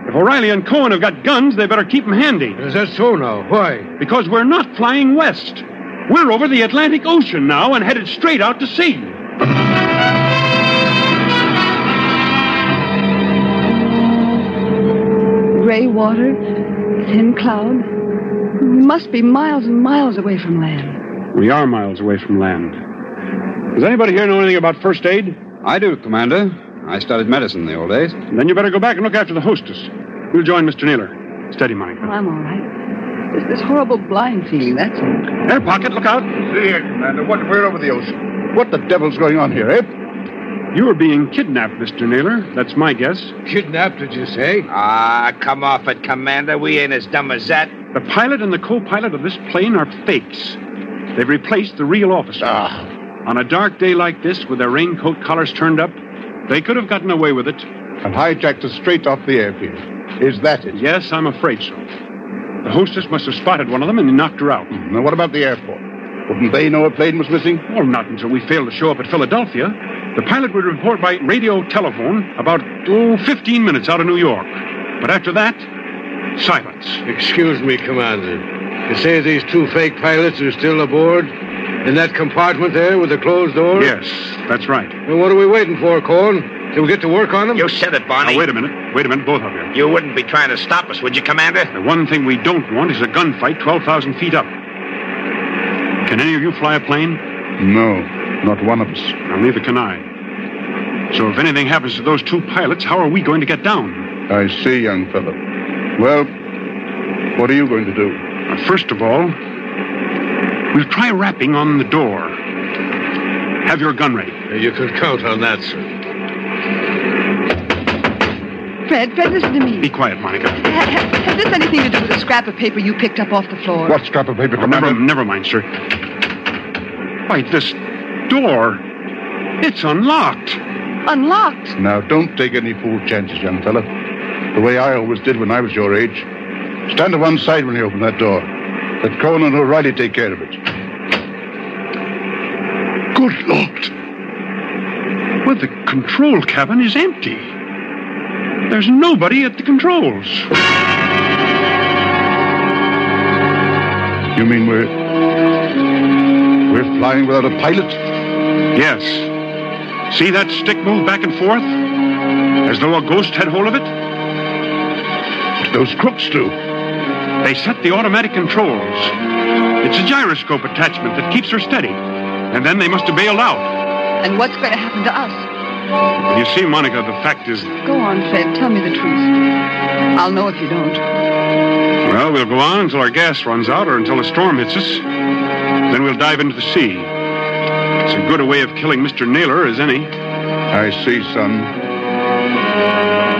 [SPEAKER 15] If O'Reilly and Cohen have got guns, they better keep 'em handy. Is that so now? Why? Because we're not flying west. We're over the Atlantic Ocean now and headed straight out to sea.
[SPEAKER 14] Gray water, thin cloud. We must be miles and miles away from land.
[SPEAKER 15] We are miles away from land. Does anybody here know anything about first aid?
[SPEAKER 18] I do, Commander. I studied medicine in the old days.
[SPEAKER 15] Then you better go back and look after the hostess. We'll join Mr. Naylor. Steady, Monica.
[SPEAKER 14] Oh, I'm all right. It's this horrible blind feeling, that's all.
[SPEAKER 15] Air pocket, look out.
[SPEAKER 19] See here, Commander. What, we're over the ocean. What the devil's going on here, eh?
[SPEAKER 15] You are being kidnapped, Mr. Naylor. That's my guess.
[SPEAKER 20] Kidnapped, did you say? Ah, come off it, Commander. We ain't as dumb as that.
[SPEAKER 15] The pilot and the co pilot of this plane are fakes. They've replaced the real officers.
[SPEAKER 19] Ah.
[SPEAKER 15] On a dark day like this, with their raincoat collars turned up, they could have gotten away with it. And hijacked us straight off the airfield. Is that it? Yes, I'm afraid so. The hostess must have spotted one of them and knocked her out. Hmm, Now, what about the airport? Wouldn't they know a plane was missing? Well, not until we failed to show up at Philadelphia. The pilot would report by radio telephone about, oh, 15 minutes out of New York. But after that, silence.
[SPEAKER 21] Excuse me, Commander. You say these two fake pilots are still aboard? In that compartment there with the closed door?
[SPEAKER 15] Yes, that's right.
[SPEAKER 21] Well, what are we waiting for, Corn? Till we get to work on them?
[SPEAKER 20] You said it, Barney.
[SPEAKER 15] Now, wait a minute. Wait a minute, both of you.
[SPEAKER 20] You wouldn't be trying to stop us, would you, Commander?
[SPEAKER 15] The one thing we don't want is a gunfight 12,000 feet up. Can any of you fly a plane? No, not one of us. Now, neither can I. So, if anything happens to those two pilots, how are we going to get down?
[SPEAKER 19] I see, young fellow. Well, what are you going to do?
[SPEAKER 15] Now, Uh, first of all, we'll try rapping on the door. Have your gun ready.
[SPEAKER 21] You can count on that, sir.
[SPEAKER 14] Fred, Fred, listen to me.
[SPEAKER 15] Be quiet, Monica.
[SPEAKER 14] Ha- ha- has this anything to do with the scrap of paper you picked up off the floor?
[SPEAKER 15] What scrap of paper, Never, never mind, sir. Why, this door. It's unlocked.
[SPEAKER 14] Unlocked.
[SPEAKER 19] Now, don't take any fool chances, young fella. The way I always did when I was your age. Stand to one side when you open that door. Let Cohen and O'Reilly take care of it.
[SPEAKER 15] Good Lord. Well, the control cabin is empty. There's nobody at the controls.
[SPEAKER 19] You mean we're. We're flying without a pilot?
[SPEAKER 15] Yes. See that stick move back and forth? As though a ghost had hold of it? What did those crooks do? They set the automatic controls. It's a gyroscope attachment that keeps her steady. And then they must have bailed out.
[SPEAKER 14] And what's going to happen to us?
[SPEAKER 15] Well, you see, Monica, the fact is.
[SPEAKER 14] Go on, Fred. Tell me the truth. I'll know if you don't.
[SPEAKER 15] Well, we'll go on until our gas runs out or until a storm hits us. Then we'll dive into the sea. It's as good a way of killing Mr. Naylor as any.
[SPEAKER 19] I see, son.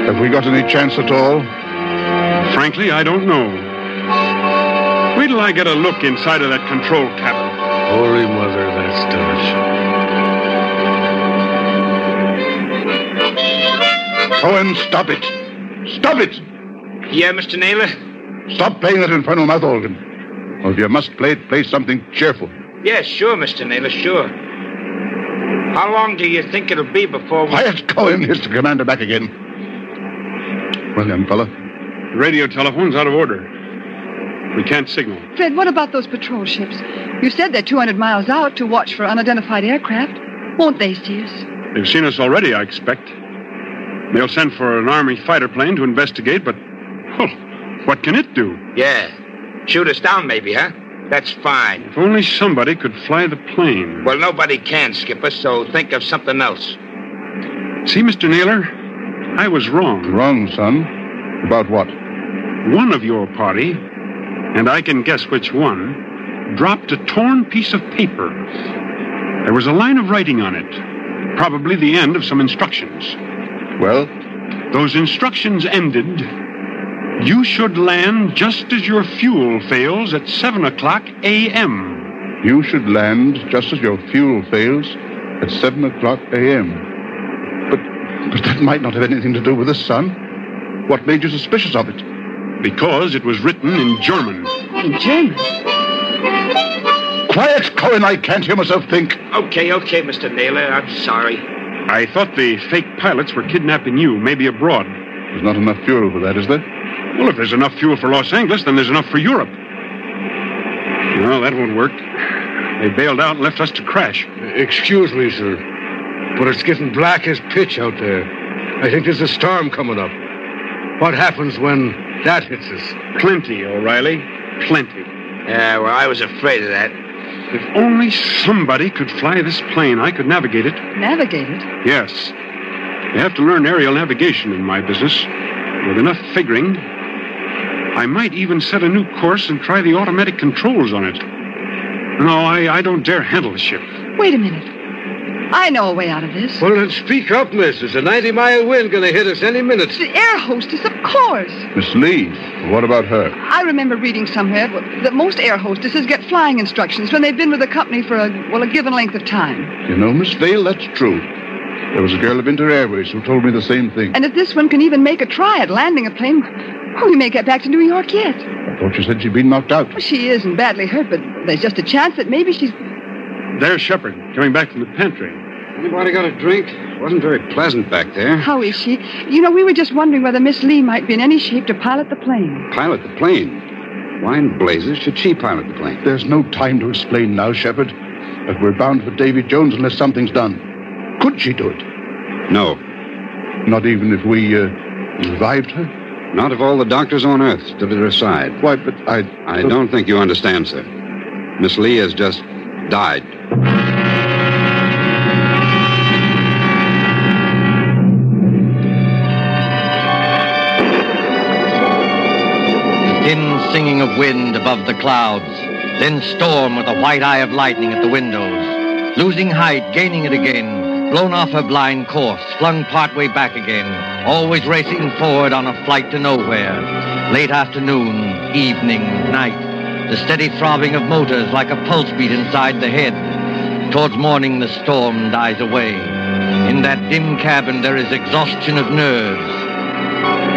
[SPEAKER 19] Have we got any chance at all?
[SPEAKER 15] Frankly, I don't know. Wait till I get a look inside of that control cabin.
[SPEAKER 21] Holy Mother, that's Dutch.
[SPEAKER 19] Cohen, stop it. Stop it!
[SPEAKER 20] Yeah, Mr. Naylor?
[SPEAKER 19] Stop playing that infernal mouth organ. Or if you must play it, play something cheerful.
[SPEAKER 20] Yeah, sure, Mr. Naylor, sure. How long do you think it'll be before we.
[SPEAKER 19] Quiet, Cohen. Here's the commander back again. Well, young fella,
[SPEAKER 15] The radio telephone's out of order. We can't signal.
[SPEAKER 14] Fred, what about those patrol ships? You said they're 200 miles out to watch for unidentified aircraft. Won't they see us?
[SPEAKER 15] They've seen us already, I expect. They'll send for an Army fighter plane to investigate, but huh, what can it do?
[SPEAKER 20] Yeah. Shoot us down, maybe, huh? That's fine.
[SPEAKER 15] If only somebody could fly the plane.
[SPEAKER 20] Well, nobody can, Skipper, so think of something else.
[SPEAKER 15] See, Mr. Naylor, I was wrong.
[SPEAKER 18] Wrong, son? About what?
[SPEAKER 15] One of your party, and I can guess which one, dropped a torn piece of paper. There was a line of writing on it, probably the end of some instructions.
[SPEAKER 18] Well?
[SPEAKER 15] Those instructions ended. You should land just as your fuel fails at 7 o'clock a.m.
[SPEAKER 22] You should land just as your fuel fails at 7 o'clock a.m. But, but that might not have anything to do with the sun. What made you suspicious of it?
[SPEAKER 15] Because it was written in German.
[SPEAKER 14] In German?
[SPEAKER 22] Quiet, Cohen, I can't hear myself think.
[SPEAKER 20] Okay, okay, Mr. Naylor. I'm sorry.
[SPEAKER 15] I thought the fake pilots were kidnapping you, maybe abroad. There's
[SPEAKER 22] not enough fuel for that, is there?
[SPEAKER 15] Well, if there's enough fuel for Los Angeles, then there's enough for Europe. No, that won't work. They bailed out and left us to crash.
[SPEAKER 23] Excuse me, sir, but it's getting black as pitch out there. I think there's a storm coming up. What happens when that hits us?
[SPEAKER 15] Plenty, O'Reilly. Plenty.
[SPEAKER 20] Yeah, well, I was afraid of that.
[SPEAKER 15] If only somebody could fly this plane, I could navigate it.
[SPEAKER 14] Navigated?
[SPEAKER 15] Yes. You have to learn aerial navigation in my business. With enough figuring, I might even set a new course and try the automatic controls on it. No, I, I don't dare handle the ship.
[SPEAKER 14] Wait a minute. I know a way out of this.
[SPEAKER 23] Well, then speak up, miss. There's a 90 mile wind going to hit us any minute.
[SPEAKER 14] The air hostess, of course.
[SPEAKER 22] Miss Lee, what about her?
[SPEAKER 14] I remember reading somewhere that most air hostesses get flying instructions when they've been with a company for a well a given length of time.
[SPEAKER 22] You know, Miss Vale, that's true. There was a girl of Inter Airways who told me the same thing.
[SPEAKER 14] And if this one can even make a try at landing a plane, we may get back to New York yet.
[SPEAKER 22] I thought you said she'd been knocked out.
[SPEAKER 14] Well, she isn't badly hurt, but there's just a chance that maybe she's.
[SPEAKER 15] There's Shepard, coming back from the pantry.
[SPEAKER 23] Anybody got a drink? Wasn't very pleasant back there.
[SPEAKER 14] How is she? You know, we were just wondering whether Miss Lee might be in any shape to pilot the plane.
[SPEAKER 22] Pilot the plane. Why in blazes should she pilot the plane? There's no time to explain now, Shepard. But we're bound for Davy Jones unless something's done. Could she do it?
[SPEAKER 18] No.
[SPEAKER 22] Not even if we uh, revived her?
[SPEAKER 18] Not if all the doctors on Earth stood at her side.
[SPEAKER 22] Why, but I.
[SPEAKER 18] I don't think you understand, sir. Miss Lee has just died.
[SPEAKER 12] Thin singing of wind above the clouds, then storm with a white eye of lightning at the windows. Losing height, gaining it again, blown off her blind course, flung partway back again, always racing forward on a flight to nowhere. Late afternoon, evening, night, the steady throbbing of motors like a pulse beat inside the head. Towards morning, the storm dies away. In that dim cabin, there is exhaustion of nerves.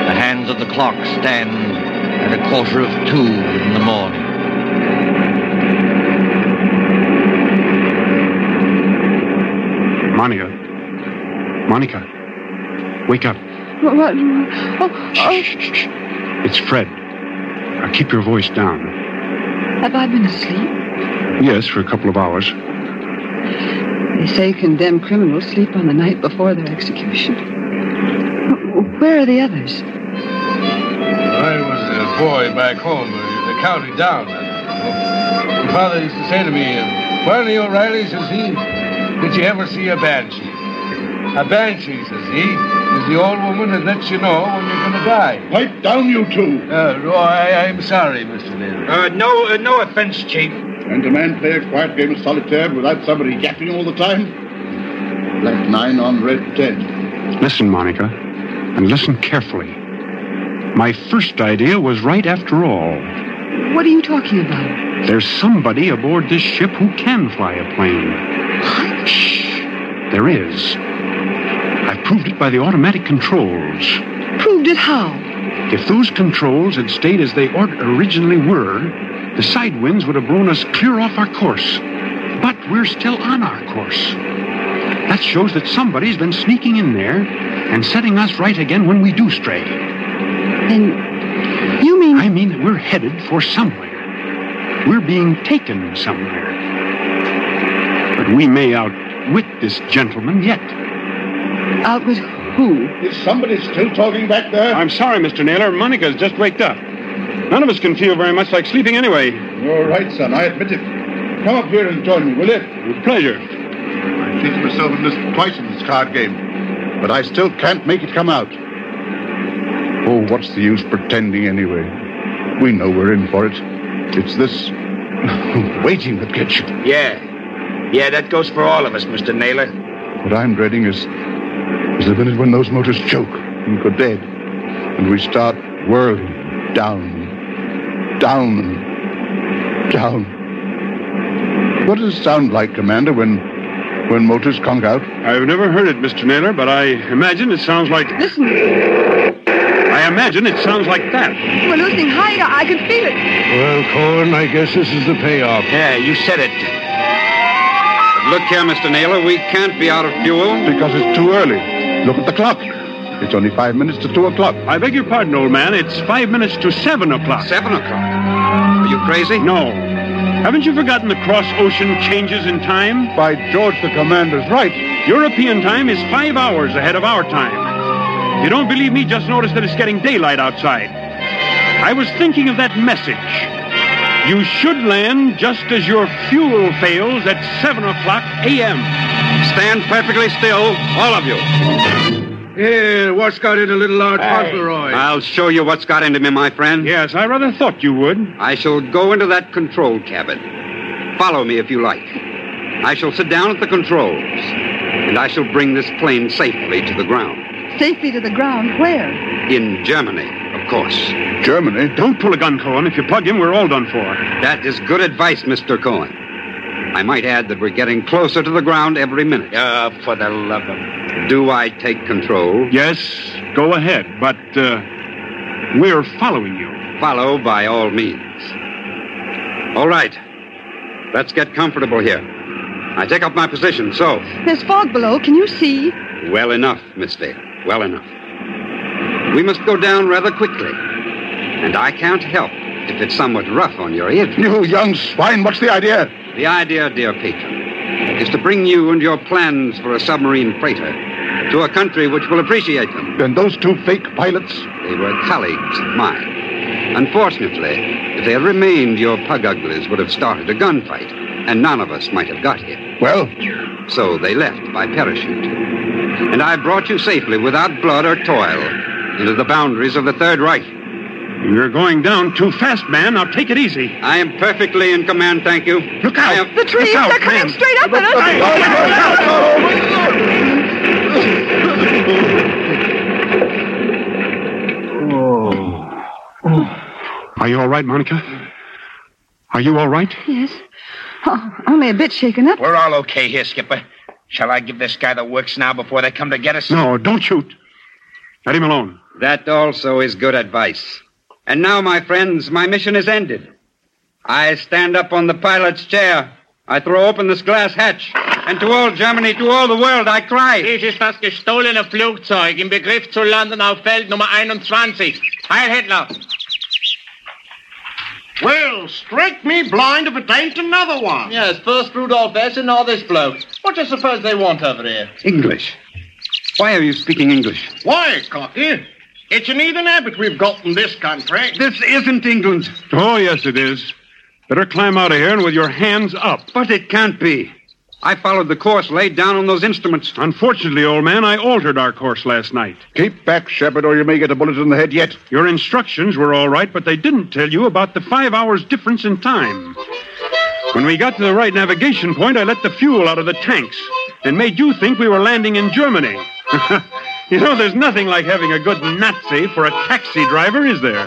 [SPEAKER 12] The hands of the clock stand at a quarter of two in the morning.
[SPEAKER 15] Monica. Monica. Wake up.
[SPEAKER 14] What? what- oh, oh.
[SPEAKER 15] It's Fred. Now keep your voice down.
[SPEAKER 14] Have I been asleep?
[SPEAKER 15] Yes, for a couple of hours.
[SPEAKER 14] They say condemned criminals sleep on the night before their execution. W- Where are the others?
[SPEAKER 23] I was a boy back home, uh, the county down. My father used to say to me, uh, Barney O'Reilly, says he, did you ever see a banshee? A banshee, says he, is the old woman that lets you know when you're going to die.
[SPEAKER 22] Pipe down, you two.
[SPEAKER 23] Uh, Roy, I, I'm sorry, Mr. Naylor.
[SPEAKER 20] Uh, no, uh, no offense, Chief.
[SPEAKER 22] And a man play a quiet game of solitaire without somebody yapping all the time? Black nine on red ten.
[SPEAKER 15] Listen, Monica, and listen carefully. My first idea was right after all.
[SPEAKER 14] What are you talking about?
[SPEAKER 15] There's somebody aboard this ship who can fly a plane. Shh. There is. I've proved it by the automatic controls.
[SPEAKER 14] Proved it how?
[SPEAKER 15] If those controls had stayed as they or- originally were, the side winds would have blown us clear off our course. But we're still on our course. That shows that somebody's been sneaking in there and setting us right again when we do stray.
[SPEAKER 14] And you mean?
[SPEAKER 15] I mean that we're headed for somewhere. We're being taken somewhere. that we may outwit this gentleman yet.
[SPEAKER 14] Outwit who?
[SPEAKER 15] Is somebody still talking back there? I'm sorry, Mr. Naylor. Monica's just waked up. None of us can feel very much like sleeping anyway.
[SPEAKER 19] You're right, son. I admit it. Come up here and join me, will you?
[SPEAKER 15] With pleasure.
[SPEAKER 19] I cheated myself in this twice in this card game, but I still can't make it come out. Oh, what's the use pretending anyway? We know we're in for it. It's this waiting that gets you.
[SPEAKER 20] Yeah. Yeah, that goes for all of us, Mr. Naylor.
[SPEAKER 19] What I'm dreading is, is the minute when those motors choke and go dead, and we start whirling down, down, and down. What does it sound like, Commander, when when motors conk out?
[SPEAKER 15] I've never heard it, Mr. Naylor, but I imagine it sounds like.
[SPEAKER 14] Listen.
[SPEAKER 15] I imagine it sounds like that.
[SPEAKER 14] We're losing height. I I can feel it.
[SPEAKER 21] Well, Corn, I guess this is the payoff.
[SPEAKER 15] Yeah, you said it.
[SPEAKER 18] But look here, Mr. Naylor, we can't be out of fuel.
[SPEAKER 19] Because it's too early. Look at the clock. It's only five minutes to two o'clock.
[SPEAKER 15] I beg your pardon, old man. It's five minutes to seven o'clock.
[SPEAKER 18] Seven o'clock? Are you crazy?
[SPEAKER 15] No. Haven't you forgotten the cross ocean changes in time?
[SPEAKER 19] By George, the commander's right.
[SPEAKER 15] European time is five hours ahead of our time. If you don't believe me, just notice that it's getting daylight outside. I was thinking of that message. You should land just as your fuel fails at seven o'clock a.m.
[SPEAKER 18] Stand perfectly still, all of you.
[SPEAKER 21] Yeah, what's got in a little Lord Fauntleroy?
[SPEAKER 18] I'll show you what's got into me, my friend.
[SPEAKER 15] Yes, I rather thought you would.
[SPEAKER 18] I shall go into that control cabin. Follow me if you like. I shall sit down at the controls, and I shall bring this plane safely to the ground.
[SPEAKER 14] Safely to the ground. Where?
[SPEAKER 18] In Germany, of course.
[SPEAKER 19] Germany?
[SPEAKER 15] Don't pull a gun, Cohen. If you plug him, we're all done for.
[SPEAKER 18] That is good advice, Mr. Cohen. I might add that we're getting closer to the ground every minute.
[SPEAKER 20] Ah, for the love of...
[SPEAKER 18] Do I take control?
[SPEAKER 15] Yes, go ahead, but uh, we're following you.
[SPEAKER 18] Follow by all means. All right. Let's get comfortable here. I take up my position, so.
[SPEAKER 14] There's fog below. Can you see?
[SPEAKER 18] Well enough, Miss Dale. Well enough. We must go down rather quickly. And I can't help if it's somewhat rough on your ears.
[SPEAKER 19] You young swine, what's the idea?
[SPEAKER 18] The idea, dear patron, is to bring you and your plans for a submarine freighter to a country which will appreciate them.
[SPEAKER 19] And those two fake pilots?
[SPEAKER 18] They were colleagues of mine. Unfortunately, if they had remained, your pug uglies would have started a gunfight, and none of us might have got here.
[SPEAKER 19] Well?
[SPEAKER 18] So they left by parachute. And I brought you safely, without blood or toil, into the boundaries of the Third Reich.
[SPEAKER 15] You're going down too fast, man. Now take it easy.
[SPEAKER 18] I am perfectly in command, thank you. Look out!
[SPEAKER 14] The trees,
[SPEAKER 18] Look out,
[SPEAKER 14] they're
[SPEAKER 10] Hmm.
[SPEAKER 14] coming
[SPEAKER 18] man.
[SPEAKER 14] straight up at us.
[SPEAKER 18] Oh.
[SPEAKER 15] Are you all right, Monica? Are you all right?
[SPEAKER 14] Yes. Oh, only a bit shaken up.
[SPEAKER 20] We're all okay here, Skipper. Shall I give this guy the works now before they come to get us?
[SPEAKER 18] Oh,
[SPEAKER 15] No, don't shoot. Let him alone.
[SPEAKER 18] That also is good advice. And now, my friends, my mission is ended. I stand up on the pilot's chair. I throw open this glass hatch. And to all Germany, to all the world, I cry.
[SPEAKER 24] Dies ist das gestohlene Flugzeug im Begriff zu landen auf Feld Nummer 21. Heil Hitler!
[SPEAKER 17] Well, strike me blind if it ain't another one.
[SPEAKER 24] Yes, first Rudolph S. and now this bloke. What do you suppose they want over here?
[SPEAKER 18] English. Why are you speaking English?
[SPEAKER 17] Why, Cocky? It's an even habit we've got in this country.
[SPEAKER 18] This isn't England.
[SPEAKER 15] Oh, yes, it is. Better climb out of here and with your hands up.
[SPEAKER 18] But it can't be. I followed the course laid down on those instruments.
[SPEAKER 15] Unfortunately, old man, I altered our course last night.
[SPEAKER 19] Keep back, Shepard, or you may get a bullet in the head yet.
[SPEAKER 15] Your instructions were all right, but they didn't tell you about the five hours difference in time. When we got to the right navigation point, I let the fuel out of the tanks and made you think we were landing in Germany. you know, there's nothing like having a good Nazi for a taxi driver, is there?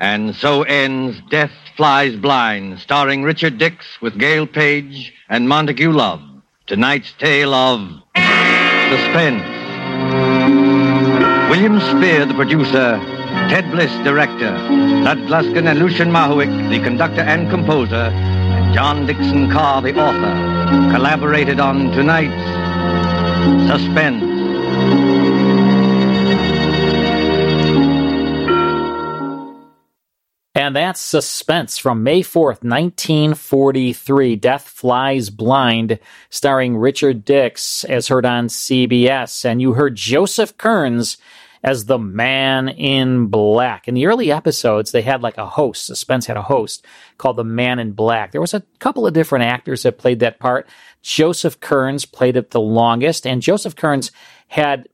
[SPEAKER 12] And so ends Death Flies Blind, starring Richard Dix with Gail Page and Montague Love. Tonight's tale of suspense. William Spear, the producer, Ted Bliss, director, Lud Gluskin and Lucian Mahowick, the conductor and composer, and John Dixon Carr, the author. Collaborated on tonight's Suspense.
[SPEAKER 1] And that's Suspense from May 4th, 1943. Death Flies Blind, starring Richard Dix, as heard on CBS. And you heard Joseph Kearns as the man in black. In the early episodes, they had like a host. Suspense had a host called the man in black. There was a couple of different actors that played that part. Joseph Kearns played it the longest. And Joseph Kearns had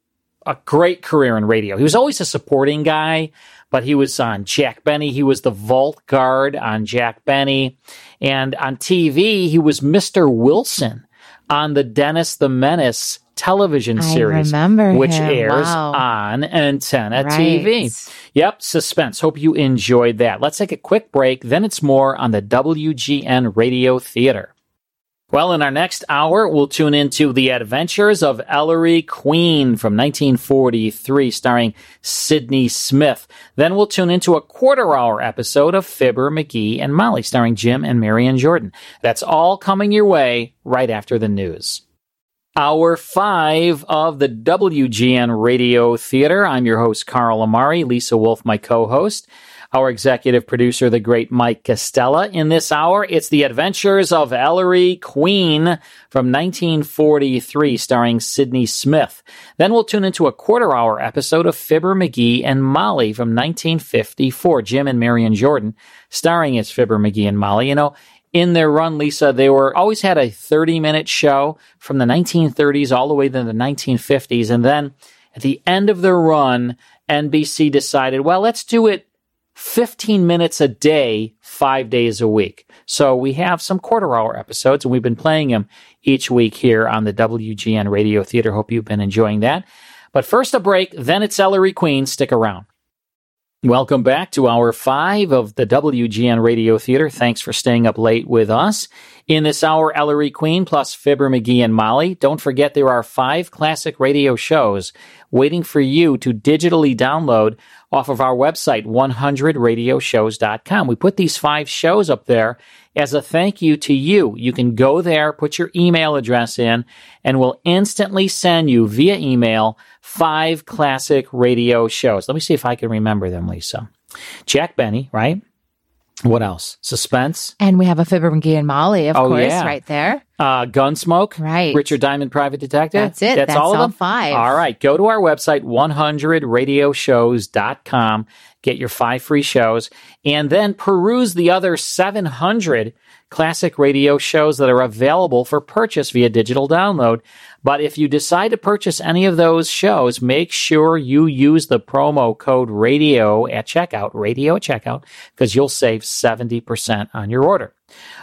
[SPEAKER 1] a great career in radio. He was always a supporting guy, but he was on Jack Benny. He was the vault guard on Jack Benny. And on TV, he was Mr. Wilson on the Dennis the Menace television
[SPEAKER 11] I
[SPEAKER 1] series,
[SPEAKER 11] remember
[SPEAKER 1] which
[SPEAKER 11] him.
[SPEAKER 1] airs
[SPEAKER 11] Wow.
[SPEAKER 1] on antenna
[SPEAKER 11] Right.
[SPEAKER 1] TV. Yep, suspense. Hope you enjoyed that. Let's take a quick break. Then it's more on the WGN Radio Theater. Well, in our next hour, we'll tune into The Adventures of Ellery Queen from 1943, starring Sidney Smith. Then we'll tune into a quarter hour episode of Fibber, McGee, and Molly, starring Jim and Marion Jordan. That's all coming your way right after the news. Hour five of the WGN Radio Theater. I'm your host, Carl Amari, Lisa Wolf, my co host, our executive producer, the great Mike Costella. In this hour, it's The Adventures of Ellery Queen from 1943, starring Sidney Smith. Then we'll tune into a quarter hour episode of Fibber McGee and Molly from 1954, Jim and Marion Jordan, starring as Fibber McGee and Molly. You know, in their run, Lisa, they were always had a 30 minute show from the 1930s all the way to the 1950s. And then at the end of their run, NBC decided, well, let's do it 15 minutes a day, five days a week. So we have some quarter hour episodes and we've been playing them each week here on the WGN Radio Theater. Hope you've been enjoying that. But first a break, then it's Ellery Queen. Stick around. Welcome back to hour five of the WGN Radio Theater. Thanks for staying up late with us. In this hour, Ellery Queen plus Fibber McGee and Molly. Don't forget there are five classic radio shows waiting for you to digitally download off of our website, 100radioshows.com. We put these five shows up there as a thank you to you. You can go there, put your email address in, and we'll instantly send you via email five classic radio shows. Let me see if I can remember them, Lisa. Jack Benny, right? What else? Suspense.
[SPEAKER 11] And we have a Fibber McGee and Molly, of
[SPEAKER 1] Oh,
[SPEAKER 11] course,
[SPEAKER 1] yeah.
[SPEAKER 11] right there.
[SPEAKER 1] Uh, Gunsmoke. Right. Richard Diamond, Private Detective.
[SPEAKER 11] That's it. That's
[SPEAKER 1] all of
[SPEAKER 11] all
[SPEAKER 1] them.
[SPEAKER 11] five.
[SPEAKER 1] All right. Go to our website, 100radioshows.com. Get your five free shows and then peruse the other 700 classic radio shows that are available for purchase via digital download. But if you decide to purchase any of those shows, make sure you use the promo code radio at checkout, radio at checkout, because you'll save 70% on your order.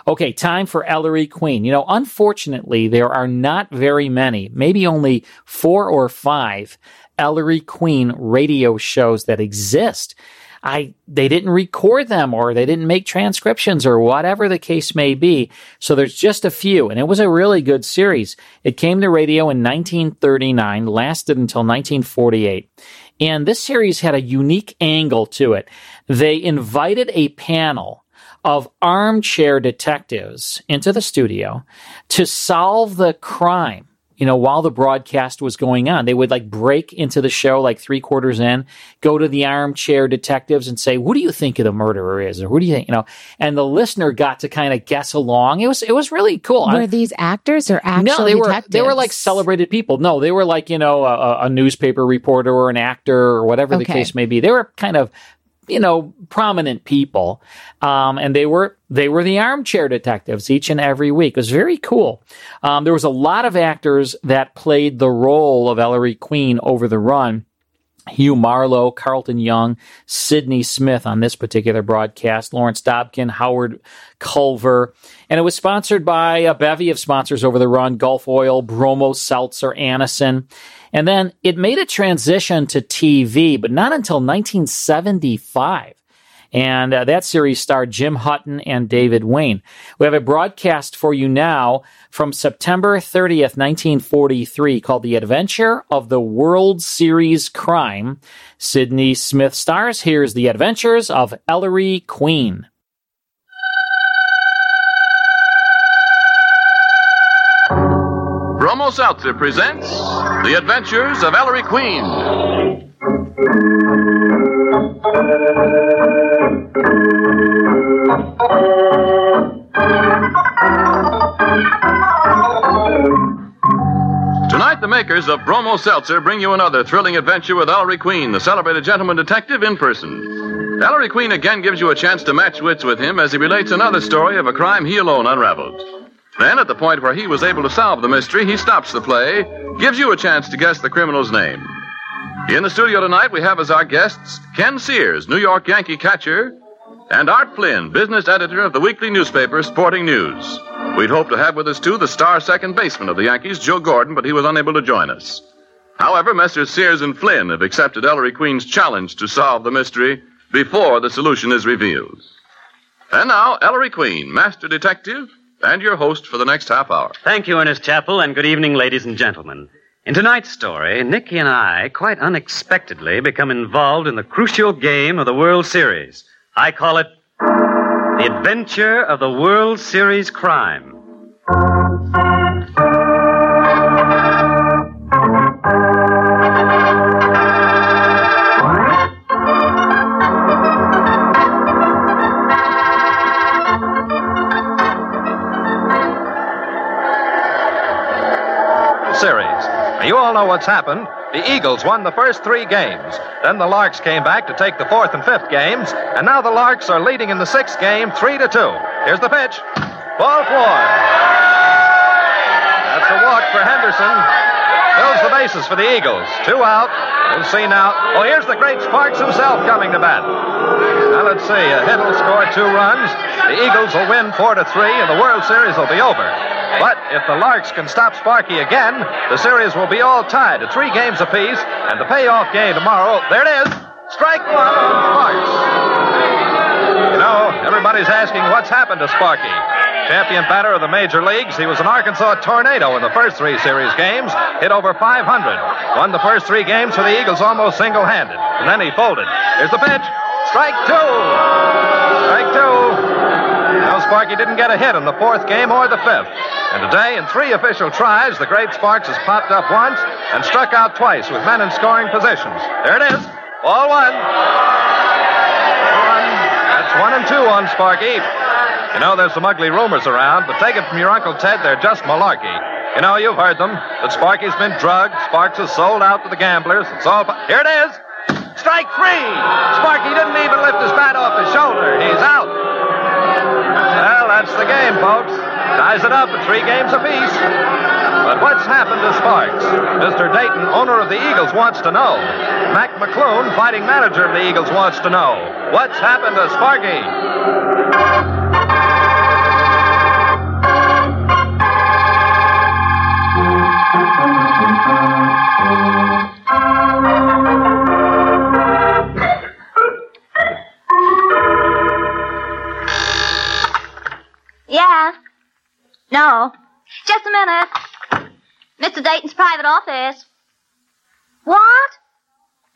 [SPEAKER 1] Okay, time for Ellery Queen. You know, unfortunately, there are not very many, maybe only four or five Ellery Queen radio shows that exist. I they didn't record them or they didn't make transcriptions or whatever the case may be. So there's just a few and it was a really good series. It came to radio in 1939, lasted until 1948. And this series had a unique angle to it. They invited a panel of armchair detectives into the studio to solve the crime. You know, while the broadcast was going on, they would like break into the show like three quarters in, go to the armchair detectives and say, "Who do you think the murderer is?" or "Who do you think?" You know, and the listener got to kind of guess along. It was it was really cool. I-
[SPEAKER 11] Were these actors or actual
[SPEAKER 1] no, they were
[SPEAKER 11] detectives?
[SPEAKER 1] they were like celebrated people. No, they were like you know a, a- a newspaper reporter or an actor or whatever the
[SPEAKER 11] Okay.
[SPEAKER 1] case may be. They were kind of you know prominent people, um, and they were they were the armchair detectives each and every week. It was very cool. Um, there was a lot of actors that played the role of Ellery Queen over the run. Hugh Marlowe, Carlton Young, Sidney Smith on this particular broadcast, Lawrence Dobkin, Howard Culver. And it was sponsored by a bevy of sponsors over the run Gulf Oil, Bromo, Seltzer, Anison. And then it made a transition to TV, but not until 1975. And uh, that series starred Jim Hutton and David Wayne. We have a broadcast for you now from September 30th, 1943, called The Adventure of the World Series Crime. Sidney Smith stars. Here's The Adventures of Ellery Queen.
[SPEAKER 7] Seltzer presents The Adventures of Ellery Queen. Tonight, the makers of Bromo Seltzer bring you another thrilling adventure with Ellery Queen, the celebrated gentleman detective, in person. Ellery Queen again gives you a chance to match wits with him as he relates another story of a crime he alone unraveled. Then, at the point where he was able to solve the mystery, he stops the play, gives you a chance to guess the criminal's name. In the studio tonight, we have as our guests Ken Sears, New York Yankee catcher, and Art Flynn, business editor of the weekly newspaper Sporting News. We'd hoped to have with us, too, the star second baseman of the Yankees, Joe Gordon, but he was unable to join us. However, Messrs. Sears and Flynn have accepted Ellery Queen's challenge to solve the mystery before the solution is revealed. And now, Ellery Queen, Master Detective, and your host for the next half hour.
[SPEAKER 25] Thank you, Ernest Chappell, and good evening, ladies and gentlemen. In tonight's story, Nicky and I, quite unexpectedly, become involved in the crucial game of the World Series. I call it The Adventure of the World Series Crime.
[SPEAKER 26] series. You all know what's happened. The Eagles won the first three games. Then the Larks came back to take the fourth and fifth games, and now the Larks are leading in the sixth game, three to two. Here's the pitch. Ball one. That's a walk for Henderson. Fills the bases for the Eagles. Two out. We'll see now. Oh, here's the great Sparks himself coming to bat. Now let's see. Uh, Hitt will score two runs. The Eagles will win four to three, and the World Series will be over. But if the Larks can stop Sparky again, the series will be all tied at three games apiece, and the payoff game tomorrow. There it is. Strike one, Sparks. You know, everybody's asking what's happened to Sparky. Champion batter of the major leagues, he was an Arkansas tornado in the first three series games, hit over 500, won the first three games for the Eagles almost single handed, and then he folded. Here's the pitch. Strike two. Strike two. Now, Sparky didn't get a hit in the fourth game or the fifth. And today, in three official tries, the great Sparks has popped up once and struck out twice with men in scoring positions. There it is. Ball one. One. That's one and two on Sparky. You know, there's some ugly rumors around, but take it from your Uncle Ted, they're just malarkey. You know, you've heard them. That Sparky's been drugged, Sparks is sold out to the gamblers. It's all. Here it is. Strike three. Sparky didn't even lift his bat off his shoulder. He's out. Well, that's the game, folks. Ties it up at three games apiece. But what's happened to Sparks? Mr. Dayton, owner of the Eagles, wants to know. Mac McClune, fighting manager of the Eagles, wants to know. What's happened to Sparky?
[SPEAKER 27] Yeah. No. Just a minute. Mr. Dayton's private office. What?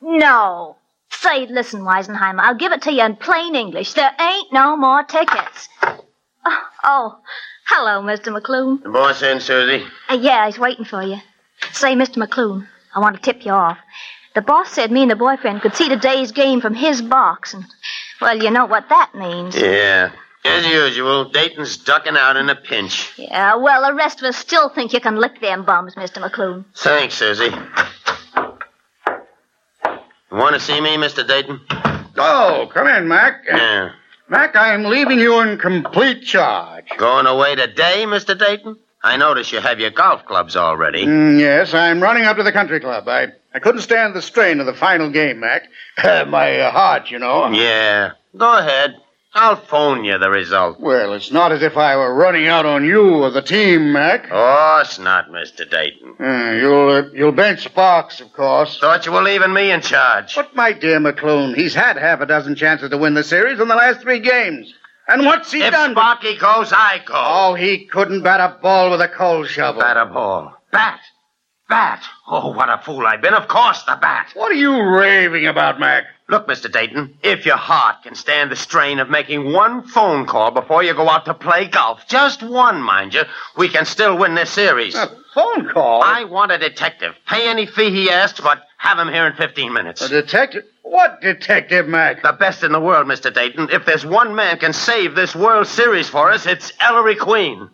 [SPEAKER 27] No. Say, listen, Weisenheimer, I'll give it to you in plain English. There ain't no more tickets. Oh, oh. hello, Mr. McClune.
[SPEAKER 28] The boss in, Susie.
[SPEAKER 27] Uh, yeah, he's waiting for you. Say, Mr. McClune, I want to tip you off. The boss said me and the boyfriend could see today's game from his box, and, well, you know what that means.
[SPEAKER 28] Yeah. As usual, Dayton's ducking out in a pinch.
[SPEAKER 27] Yeah, well, the rest of us still think you can lick them bums, Mr. McClune.
[SPEAKER 28] Thanks, Susie. You want to see me, Mr. Dayton?
[SPEAKER 17] Oh, come in, Mac.
[SPEAKER 28] Yeah.
[SPEAKER 17] Mac, I am leaving you in complete charge.
[SPEAKER 28] Going away today, Mr. Dayton? I notice you have your golf clubs already.
[SPEAKER 17] Mm, yes, I'm running up to the country club. I, I couldn't stand the strain of the final game, Mac. My uh, heart, you know.
[SPEAKER 28] Yeah. Go ahead. I'll phone you the result.
[SPEAKER 17] Well, it's not as if I were running out on you or the team, Mac.
[SPEAKER 28] Oh, it's not, Mr. Dayton.
[SPEAKER 17] Uh, you'll uh, you'll bench Sparks, of course.
[SPEAKER 28] Thought you were leaving me in charge.
[SPEAKER 17] But my dear McClune, he's had half a dozen chances to win the series in the last three games. And what's he
[SPEAKER 28] if
[SPEAKER 17] done?
[SPEAKER 28] Sparky goes, I go.
[SPEAKER 17] Oh, he couldn't bat a ball with a coal shovel.
[SPEAKER 28] Bat a ball. Bat. Bat. Oh, what a fool I've been. Of course, the bat.
[SPEAKER 17] What are you raving about, Mac?
[SPEAKER 28] Look, Mr. Dayton, if your heart can stand the strain of making one phone call before you go out to play golf, just one, mind you, we can still win this series.
[SPEAKER 17] Uh, phone call?
[SPEAKER 28] I want a detective. Pay any fee he asks, but have him here in 15 minutes. A
[SPEAKER 17] detective? What detective, Mac?
[SPEAKER 28] The best in the world, Mr. Dayton. If there's one man can save this World Series for us, it's Ellery Queen.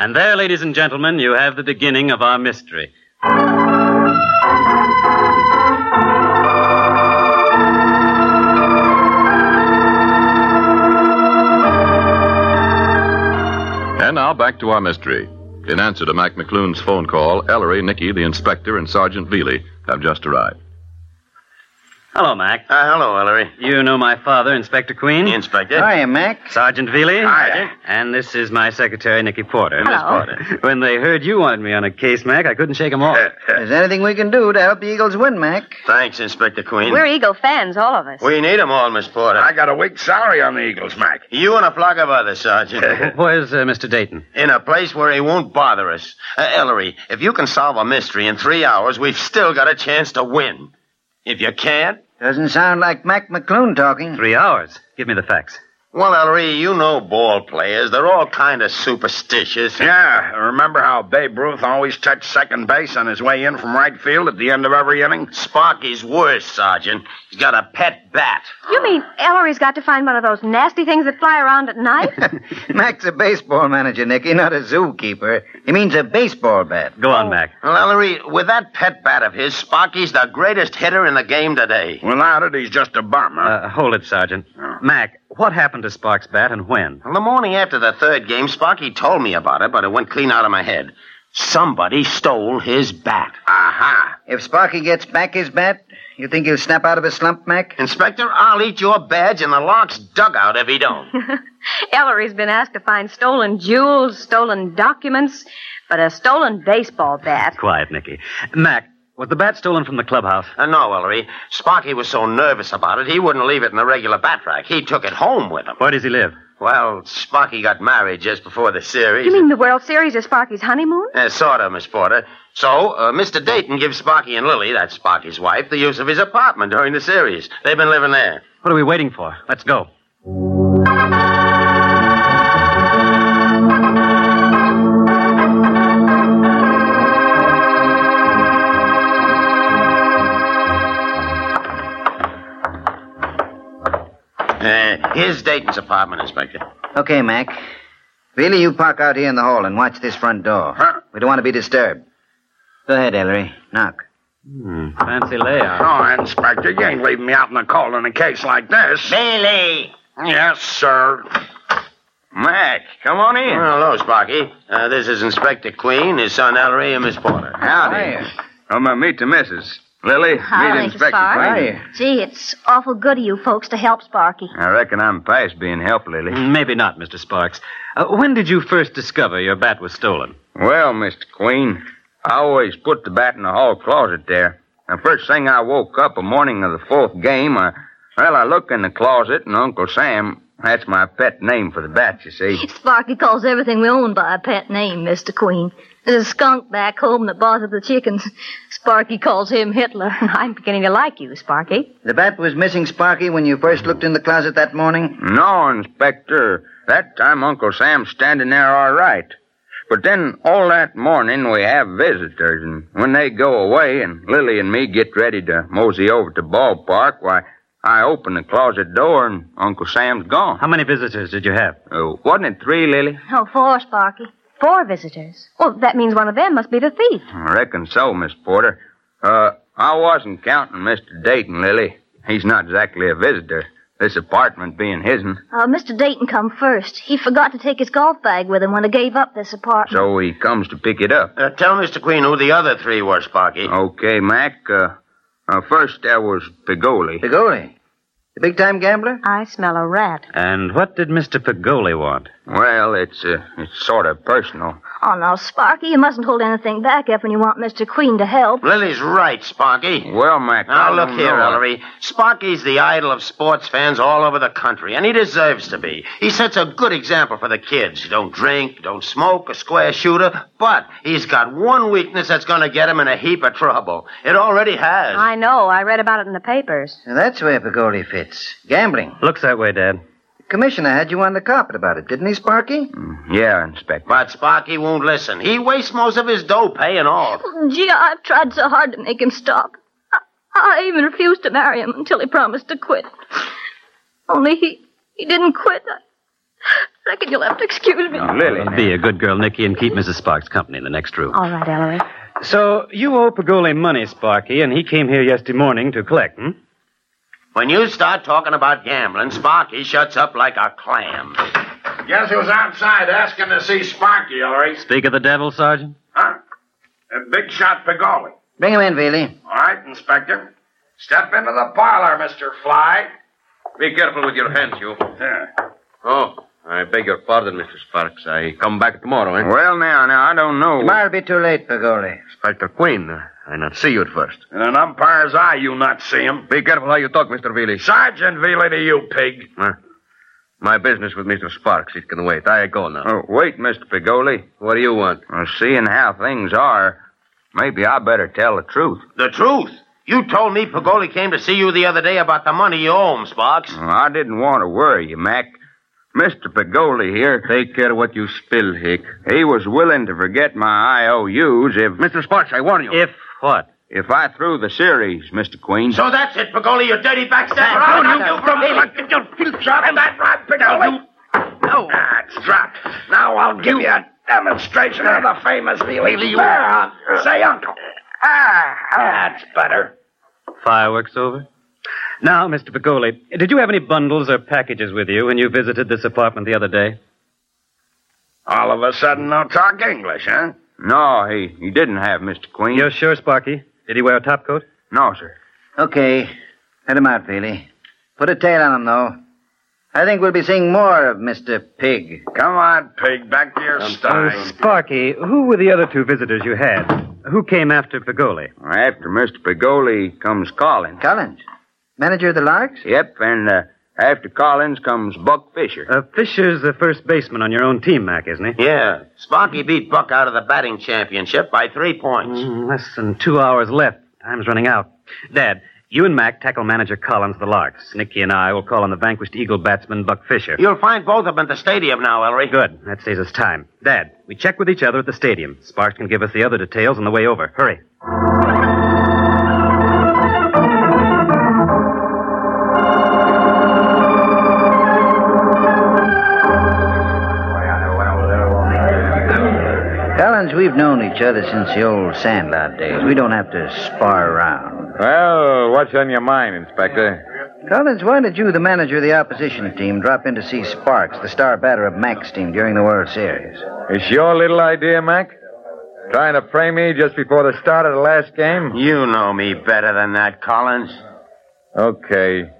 [SPEAKER 25] And there, ladies and gentlemen, you have the beginning of our mystery.
[SPEAKER 7] And now back to our mystery. In answer to Mac McClune's phone call, Ellery, Nicky, the inspector, and Sergeant Veely have just arrived.
[SPEAKER 25] Hello, Mac.
[SPEAKER 28] Uh, hello, Ellery.
[SPEAKER 25] You know my father, Inspector Queen. Inspector.
[SPEAKER 28] Hiya,
[SPEAKER 25] Mac. Sergeant Veely.
[SPEAKER 28] Hiya.
[SPEAKER 25] And this is my secretary, Nicky Porter.
[SPEAKER 29] Miss Hello.
[SPEAKER 25] Porter. when they heard you wanted me on a case, Mac, I couldn't shake 'em off.
[SPEAKER 28] Uh,
[SPEAKER 29] Is there anything we can do to help the Eagles win, Mac?
[SPEAKER 28] Thanks, Inspector Queen.
[SPEAKER 29] We're Eagle fans, all of us.
[SPEAKER 28] We need 'em all, Miss Porter. I got a week's salary on the Eagles, Mac. You and a flock of others, Sergeant.
[SPEAKER 25] Where's uh, Mr. Dayton?
[SPEAKER 28] In a place where he won't bother us. Uh, Ellery, if you can solve a mystery in three hours, we've still got a chance to win. If you can't,
[SPEAKER 29] Doesn't sound like Mac McClune talking.
[SPEAKER 25] Three hours. Give me the facts.
[SPEAKER 28] well, Ellery, you know ball players. They're all kind of superstitious. Yeah, remember how Babe Ruth always touched second base on his way in from right field at the end of every inning? Sparky's worse, Sergeant. He's got a pet bat.
[SPEAKER 27] You mean Ellery's got to find one of those nasty things that fly around at night?
[SPEAKER 29] Mac's a baseball manager, Nicky, not a zookeeper. He means a baseball bat.
[SPEAKER 25] Go on, Mac.
[SPEAKER 28] Well, Ellery, with that pet bat of his, Sparky's the greatest hitter in the game today. Without it, he's just a bum,
[SPEAKER 25] Uh, hold it, Sergeant. Mac, what happened to Sparks' bat and when?
[SPEAKER 28] The morning after the third game, Sparky told me about it, but it went clean out of my head. Somebody stole his bat. Aha.
[SPEAKER 29] If Sparky gets back his bat, you think he'll snap out of his slump, Mac?
[SPEAKER 28] Inspector, I'll eat your badge in the Lark's dugout if he don't.
[SPEAKER 27] Ellery's been asked to find stolen jewels, stolen documents, but a stolen baseball bat.
[SPEAKER 25] Quiet, Nicky. Mac, was the bat stolen from the clubhouse?
[SPEAKER 28] Uh, no, Ellery. Sparky was so nervous about it, he wouldn't leave it in the regular bat rack. He took it home with him.
[SPEAKER 25] Where does he live?
[SPEAKER 28] Well, Sparky got married just before the series.
[SPEAKER 27] You mean the World Series is Sparky's honeymoon?
[SPEAKER 28] Uh, sort of, Miss Porter. So, uh, Mr. Dayton gives Sparky and Lily, that's Sparky's wife, the use of his apartment during the series. They've been living there.
[SPEAKER 25] What are we waiting for? Let's go.
[SPEAKER 28] Uh, here's Dayton's apartment, Inspector.
[SPEAKER 29] Okay, Mac. Really, you park out here in the hall and watch this front door. We don't want to be disturbed. Go ahead, Ellery. Knock.
[SPEAKER 25] Hmm, fancy layout.
[SPEAKER 28] Oh, Inspector, you ain't leaving me out in the cold in a case like this. Bailey! Yes, sir. Mac, come on in. Well, hello, Sparky. Uh, this is Inspector Queen, his son Ellery, and Miss Porter.
[SPEAKER 27] Howdy.
[SPEAKER 28] I'm going to meet the missus. Lily,
[SPEAKER 27] Hi, Gee, it's awful good of you folks to help Sparky.
[SPEAKER 28] I reckon I'm past being helped, Lily.
[SPEAKER 25] Mm, Maybe not, Mr. Sparks. Uh, when did you first discover your bat was stolen?
[SPEAKER 28] Well, Mr. Queen, I always put the bat in the hall closet there. The first thing I woke up the morning of the fourth game, I, well, I look in the closet, and Uncle Sam, that's my pet name for the bat, you see.
[SPEAKER 27] Sparky calls everything we own by a pet name, Mr. Queen. There's a skunk back home that bothers the chickens. Sparky calls him Hitler. I'm beginning to like you, Sparky.
[SPEAKER 29] The bat was missing, Sparky, when you first looked in the closet that morning?
[SPEAKER 25] Hmm?
[SPEAKER 28] No, Inspector, that time Uncle Sam's standing there all right. But then all that morning we have visitors, and when they go away and Lily and me get ready to mosey over to ballpark, why, I open the closet door and Uncle Sam's gone. How
[SPEAKER 25] many visitors did you have?
[SPEAKER 28] Oh, wasn't it three, Lily?
[SPEAKER 27] Oh, four, Sparky. Four visitors. Well, that means one of them must be the thief.
[SPEAKER 28] I reckon so, Miss Porter. Uh, I wasn't counting Mr. Dayton, Lily. He's not exactly a visitor, this apartment being his'n.
[SPEAKER 27] Uh, Mr. Dayton come first. He forgot to take his golf bag with him when he gave up this apartment.
[SPEAKER 28] So he comes to pick it up. Uh, tell Mr. Queen who the other three were, Sparky. Okay, Mac. Uh, uh, first there was Pigoli.
[SPEAKER 29] Pigoli? The big time gambler?
[SPEAKER 30] I smell a rat.
[SPEAKER 25] And what did Mr. Pagoli want?
[SPEAKER 31] Well, it's, uh, it's sort of personal.
[SPEAKER 30] Oh, no, Sparky, you mustn't hold anything back up when you want Mr. Queen to help.
[SPEAKER 28] Lily's right, Sparky.
[SPEAKER 31] Well, Mac.
[SPEAKER 28] Now,
[SPEAKER 31] I
[SPEAKER 28] look
[SPEAKER 31] don't
[SPEAKER 28] here,
[SPEAKER 31] know.
[SPEAKER 28] Ellery. Sparky's the idol of sports fans all over the country, and he deserves to be. He sets a good example for the kids. He don't drink, don't smoke, a square shooter, but he's got one weakness that's going to get him in a heap of trouble. It already has.
[SPEAKER 30] I know. I read about it in the papers.
[SPEAKER 29] Now, that's where Pagoli fits. Gambling.
[SPEAKER 25] Looks that way, Dad.
[SPEAKER 29] The commissioner had you on the carpet about it, didn't he, Sparky?
[SPEAKER 25] Hmm.
[SPEAKER 31] Yeah, Inspector.
[SPEAKER 28] But Sparky won't listen. He wastes most of his dough paying off.
[SPEAKER 30] Gee, I've tried so hard to make him stop. I, I even refused to marry him until he promised to quit. Only he, he didn't quit. I reckon you'll have to excuse
[SPEAKER 31] Uh,
[SPEAKER 30] me.
[SPEAKER 25] Lily. Be a good girl, Nicky, and keep Mrs. Sparks company in the next room.
[SPEAKER 30] All right, Ellery.
[SPEAKER 25] So, you owe Pagoli money, Sparky, and he came here yesterday morning to collect, hmm?
[SPEAKER 28] When you start talking about gambling, Sparky shuts up like a clam.
[SPEAKER 20] Guess who's outside asking to see Sparky, all right?
[SPEAKER 25] Speak of the devil, Sergeant?
[SPEAKER 20] Uh, big shot Pagoli.
[SPEAKER 29] Bring him in, Veely.
[SPEAKER 20] All right, Inspector. Step into the parlor, Mr. Fly.
[SPEAKER 32] Be careful with your hands, you.
[SPEAKER 20] Yeah.
[SPEAKER 32] Oh, I beg your pardon, Mr. Sparks. I come back tomorrow, eh?
[SPEAKER 31] Well, now, now, I don't know.
[SPEAKER 29] Tomorrow'll be too late, Pagoli.
[SPEAKER 32] Inspector Queen, uh, I not see you at first.
[SPEAKER 20] In an umpire's eye, you not see him.
[SPEAKER 32] Be careful how you talk, Mr. Veely.
[SPEAKER 20] Sergeant Veely to you, pig.
[SPEAKER 32] Huh? my business with Mr. Sparks, it can wait. I go now.
[SPEAKER 31] Oh, wait, Mr. Pigoli.
[SPEAKER 32] What do you want?
[SPEAKER 31] Well, seeing how things are, maybe I better tell the truth.
[SPEAKER 28] The truth. You told me Pagoli came to see you the other day about the money you owe him, Sparks.
[SPEAKER 31] Well, I didn't want to worry you, Mac. Mr. Pagoli here.
[SPEAKER 32] Take care what you spill, Hick.
[SPEAKER 31] He was willing to forget my IOUs if.
[SPEAKER 32] Mr. Sparks, I warn you.
[SPEAKER 25] If what?
[SPEAKER 31] If I threw the series, Mr. Queen.
[SPEAKER 28] So that's it, Pagoli, you dirty backstabber.
[SPEAKER 20] Down,
[SPEAKER 28] I'll
[SPEAKER 20] you
[SPEAKER 28] do
[SPEAKER 20] from
[SPEAKER 28] me.
[SPEAKER 20] Drop that rod, Pigoli. No. Ah, it's dropped. Now I'll give you, a demonstration of the famous Veely. There, Uncle. Say, Uncle. Ah, that's better.
[SPEAKER 25] Fireworks over? Now, Mr. Pagoli, did you have any bundles or packages with you when you visited this apartment the other day?
[SPEAKER 20] All of a sudden, they'll talk English, huh?
[SPEAKER 31] No, he, he didn't have Mr. Queen.
[SPEAKER 25] You're sure, Sparky? Did he wear a top coat?
[SPEAKER 31] No, sir.
[SPEAKER 29] Okay. Let him out, Veely. Put a tail on him, though. I think we'll be seeing more of Mr. Pig.
[SPEAKER 20] Come on, pig, back to your
[SPEAKER 25] Uh,
[SPEAKER 20] style.
[SPEAKER 25] Sparky, who were the other two visitors you had? Who came after Pagoli?
[SPEAKER 31] Well, After Mr. Pagoli comes Collins.
[SPEAKER 29] Collins? Manager of the Larks?
[SPEAKER 31] Yep, and uh, after Collins comes Buck Fisher.
[SPEAKER 25] Uh, Fisher's the first baseman on your own team, Mac, isn't he?
[SPEAKER 28] Yeah. Sparky beat Buck out of the batting championship by three points.
[SPEAKER 25] Mm, Less than two hours left. Time's running out. Dad, you and Mac tackle manager Collins the Larks. Nicky and I will call on the vanquished Eagle batsman Buck Fisher.
[SPEAKER 28] You'll find both of them at the stadium now, Ellery.
[SPEAKER 25] Good. That saves us time. Dad, we check with each other at the stadium. Sparks can give us the other details on the way over. Hurry.
[SPEAKER 29] Collins, we've known each other since the old sandlot days. We don't have to spar around.
[SPEAKER 31] Well, what's on your mind, Inspector?
[SPEAKER 29] Collins, why did you, the manager of the opposition team, drop in to see Sparks, the star batter of Mac's team during the World Series?
[SPEAKER 31] It's your little idea, Mac? Trying to frame me just before the start of the last game?
[SPEAKER 28] You know me better than that, Collins.
[SPEAKER 31] Okay.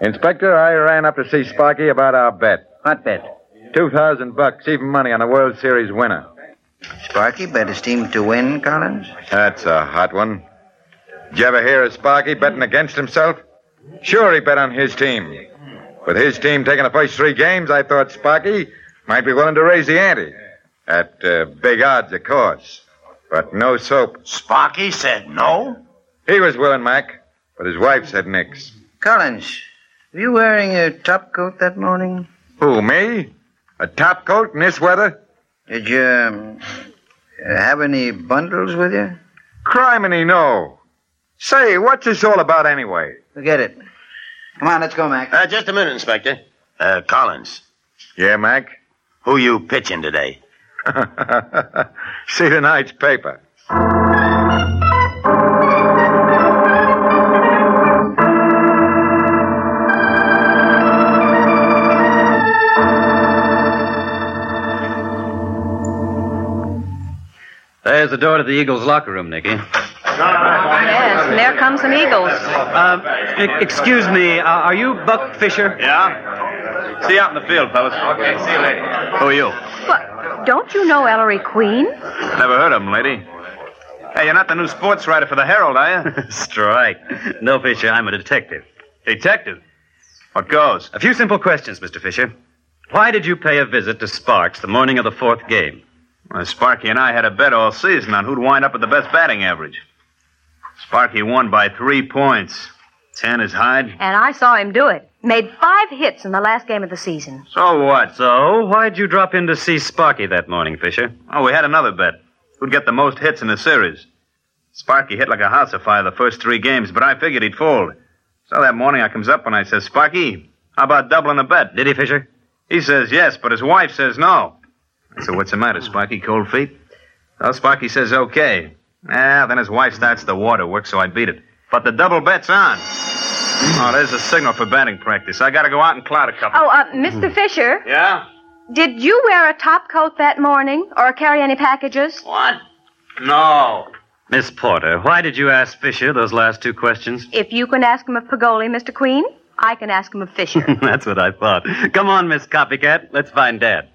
[SPEAKER 31] Inspector, I ran up to see Sparky about our bet.
[SPEAKER 29] What bet?
[SPEAKER 31] Two thousand bucks, even money on a World Series winner.
[SPEAKER 29] Sparky bet his team to win, Collins?
[SPEAKER 31] That's a hot one. Did you ever hear of Sparky betting against himself? Sure, he bet on his team. With his team taking the first three games, I thought Sparky might be willing to raise the ante. At uh, big odds, of course. But no soap.
[SPEAKER 28] Sparky said no?
[SPEAKER 31] He was willing, Mac, but his wife said nix.
[SPEAKER 29] Collins, were you wearing a top coat that morning?
[SPEAKER 31] Who, me? A top coat in this weather?
[SPEAKER 29] Did you um, have any bundles with you?
[SPEAKER 31] Criminy, no. Say, what's this all about anyway?
[SPEAKER 29] Forget it. Come on, let's go, Mac.
[SPEAKER 28] Uh, just a minute, Inspector. Uh, Collins,
[SPEAKER 31] Yeah, Mac?
[SPEAKER 28] who you pitching today?
[SPEAKER 31] See tonight's paper.
[SPEAKER 25] There's the door to the Eagles' locker room, Nicky.
[SPEAKER 33] Yes, and there come some eagles.
[SPEAKER 25] Um, e- excuse me, uh, are you Buck Fisher? Yeah. See you out in the field, fellas. Okay, see you later.
[SPEAKER 13] Who are you?
[SPEAKER 33] Don't you know Ellery Queen?
[SPEAKER 13] Never heard of him, lady. Hey, you're not the new sports writer for the Herald, are you?
[SPEAKER 25] Strike. No, Fisher, I'm a detective. Detective? What goes? A few simple questions, Mr. Fisher. Why did you pay a visit to Sparks the morning of the fourth game?
[SPEAKER 13] Well, Sparky and I had a bet all season on who'd wind up with the best batting average. Sparky won by three points. Ten is Hyde.
[SPEAKER 33] And I saw him do it. Made five hits in the last game of the season.
[SPEAKER 25] So what? So, why'd you drop in to see Sparky that morning, Fisher?
[SPEAKER 13] Oh, we had another bet. Who'd get the most hits in the series? Sparky hit like a house afire the first three games, but I figured he'd fold. So that morning I comes up and I says, Sparky, how about doubling the bet? Did he, Fisher? He says yes, but his wife says no. I said, what's the matter, Sparky? Cold feet? Well, Sparky says okay. Ah, then his wife starts the waterwork, so I beat it. But the double bet's on. Oh, there's a signal for batting practice. I gotta go out and cloud a couple.
[SPEAKER 33] Oh, uh, Mr.
[SPEAKER 29] Hmm.
[SPEAKER 33] Fisher,
[SPEAKER 13] Yeah?
[SPEAKER 33] did you wear a top coat that morning or carry any packages?
[SPEAKER 13] What?
[SPEAKER 25] No. Miss Porter, why did you ask Fisher those last two questions?
[SPEAKER 33] If you can ask him of Pagoli, Mr. Queen, I can ask him of Fisher.
[SPEAKER 25] That's what I thought. Come on, Miss Copycat. Let's find Dad.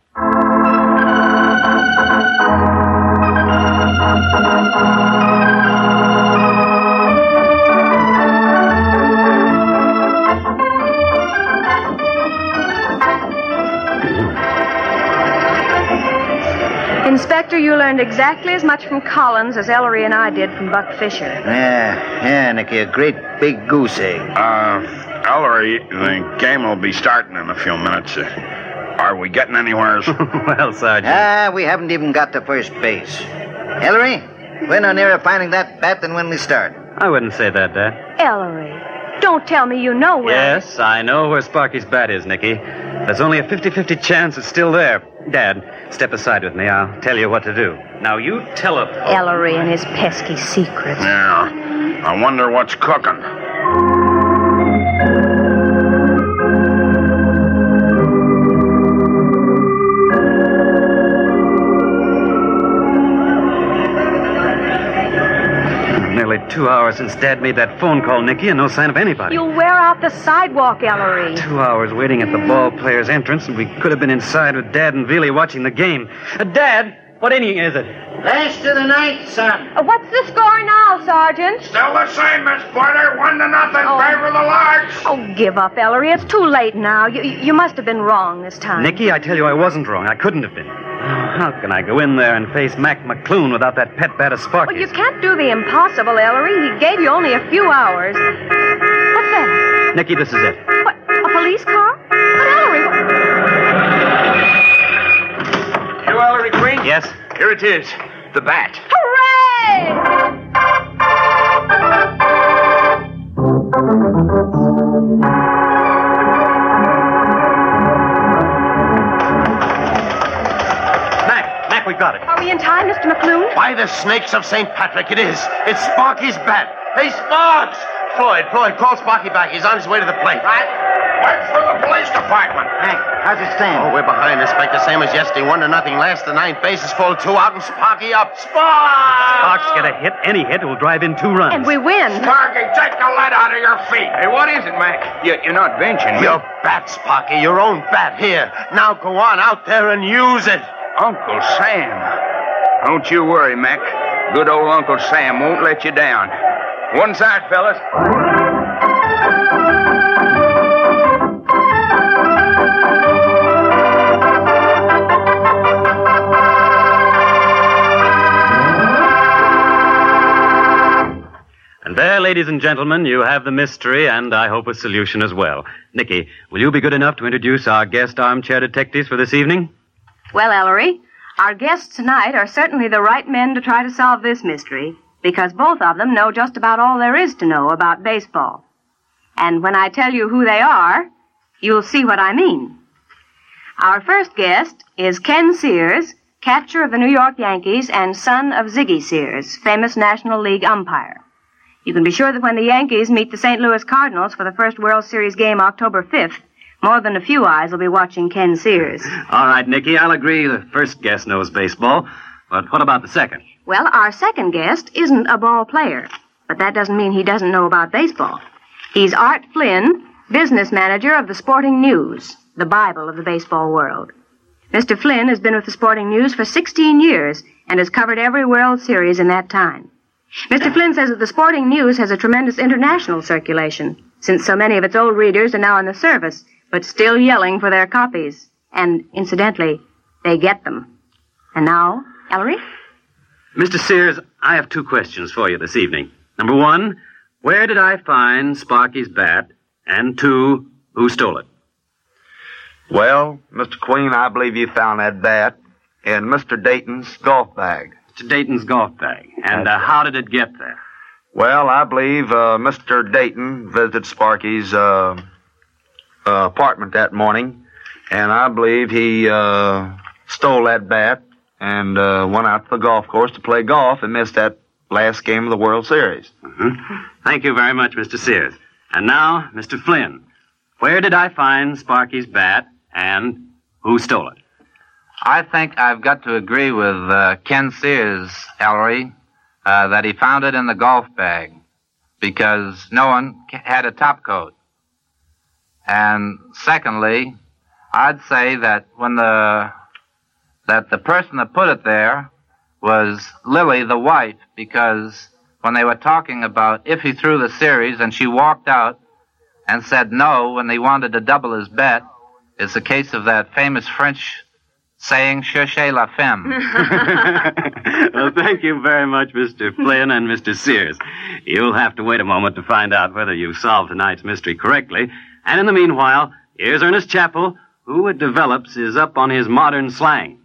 [SPEAKER 33] Inspector, you learned exactly as much from Collins as Ellery and I did from Buck Fisher.
[SPEAKER 29] Yeah, yeah, Nicky, a great big goose egg.
[SPEAKER 16] Uh, Ellery, the game will be starting in a few minutes. Uh, Are we getting anywhere?
[SPEAKER 25] well, Sergeant.
[SPEAKER 29] Ah, we haven't even got to first base. Ellery, we're no nearer finding that bat than when we started.
[SPEAKER 25] I wouldn't say that, Dad.
[SPEAKER 33] Ellery, don't tell me you know where.
[SPEAKER 25] Yes, I know where Sparky's bat is, Nicky. There's only a 50 50 chance it's still there. Dad, step aside with me. I'll tell you what to do. Now, you telephone.
[SPEAKER 33] Ellery and his pesky secret.
[SPEAKER 16] Yeah. I wonder what's cooking.
[SPEAKER 25] Nearly two hours since Dad made that phone call, Nicky, and no sign of anybody.
[SPEAKER 33] You'll wear out the sidewalk, Ellery.
[SPEAKER 25] Two hours waiting at the ball player's entrance, and we could have been inside with Dad and Veely watching the game. Uh, Dad, what inning is it?
[SPEAKER 33] Last of the night, son. Uh, what's the score now, Sergeant?
[SPEAKER 8] Still the same, Miss Porter. One to nothing. Favor the large.
[SPEAKER 33] Oh, give up, Ellery. It's too late now. You, you must have been wrong this time.
[SPEAKER 25] Nicky, I tell you, I wasn't wrong. I couldn't have been. Oh, How can I go in there and face Mac McClune without that pet bat of Sparky?
[SPEAKER 33] Well, you can't do the impossible, Ellery. He gave you only a few hours. What's that?
[SPEAKER 25] Nicky, this is it.
[SPEAKER 33] A police car?
[SPEAKER 8] You, Ellery Queen?
[SPEAKER 25] Yes?
[SPEAKER 8] Here it is. The bat.
[SPEAKER 25] Mac, Mac, we got it.
[SPEAKER 33] Are we in time, Mr. McClune?
[SPEAKER 3] By the snakes of St. Patrick, it is. It's Sparky's bat. Hey, Sparks! Floyd, Floyd, call Sparky back. He's on his way to the plate. Right. Work for the police department. Hey, how's it stand? Oh, we're behind, Inspector. Same as yesterday. One to nothing. Last the ninth. Bases full. Two out and Sparky up. Sparks!
[SPEAKER 25] Sparks get a hit. Any hit will drive in two runs.
[SPEAKER 33] And we win.
[SPEAKER 8] Sparky, take the lead out of your feet. Hey, what is it, Mac?
[SPEAKER 3] You, you're not benching me. Your bat, Sparky. Your own bat here. Now go on out there and use it.
[SPEAKER 16] Uncle Sam. Don't you worry, Mac. Good old Uncle Sam won't let you down. One side, fellas.
[SPEAKER 25] And there, ladies and gentlemen, you have the mystery and I hope a solution as well. Nicky, will you be good enough to introduce our guest armchair detectives for this evening?
[SPEAKER 33] Well, Ellery, our guests tonight are certainly the right men to try to solve this mystery because both of them know just about all there is to know about baseball. And when I tell you who they are, you'll see what I mean. Our first guest is Ken Sears, catcher of the New York Yankees and son of Ziggy Sears, famous National League umpire. You can be sure that when the Yankees meet the St. Louis Cardinals for the first World Series game October 5th, more than a few eyes will be watching Ken Sears.
[SPEAKER 25] All right, Nicky, I'll agree the first guest knows baseball. But what about the second?
[SPEAKER 33] Well, our second guest isn't a ball player, but that doesn't mean he doesn't know about baseball. He's Art Flynn, business manager of the Sporting News, the Bible of the baseball world. Mr. Flynn has been with the Sporting News for 16 years and has covered every World Series in that time. Mr. Flynn says that the Sporting News has a tremendous international circulation, since so many of its old readers are now in the service, but still yelling for their copies. And incidentally, they get them. And now, Ellery?
[SPEAKER 25] Mr. Sears, I have two questions for you this evening. Number one, where did I find Sparky's bat? And two, who stole it?
[SPEAKER 34] Well, Mr. Queen, I believe you found that bat in Mr. Dayton's golf bag.
[SPEAKER 25] Mr. Dayton's golf bag. And uh, how did it get there?
[SPEAKER 34] Well, I believe uh, Mr. Dayton visited Sparky's uh, uh, apartment that morning, and I believe he uh, stole that bat and uh, went out to the golf course to play golf and missed that last game of the World Series.
[SPEAKER 25] Mm-hmm. Thank you very much, Mr. Sears. And now, Mr. Flynn, where did I find Sparky's bat and who stole it?
[SPEAKER 35] I think I've got to agree with uh, Ken Sears, Ellery, uh, that he found it in the golf bag because no one c- had a top coat. And secondly, I'd say that when the that the person that put it there was Lily, the wife, because when they were talking about if he threw the series and she walked out and said no when they wanted to double his bet, it's a case of that famous French saying "cherchez la femme."
[SPEAKER 25] well, thank you very much, Mr. Flynn and Mr. Sears. You'll have to wait a moment to find out whether you've solved tonight's mystery correctly. And in the meanwhile, here's Ernest Chappell, who it develops is up on his modern slang.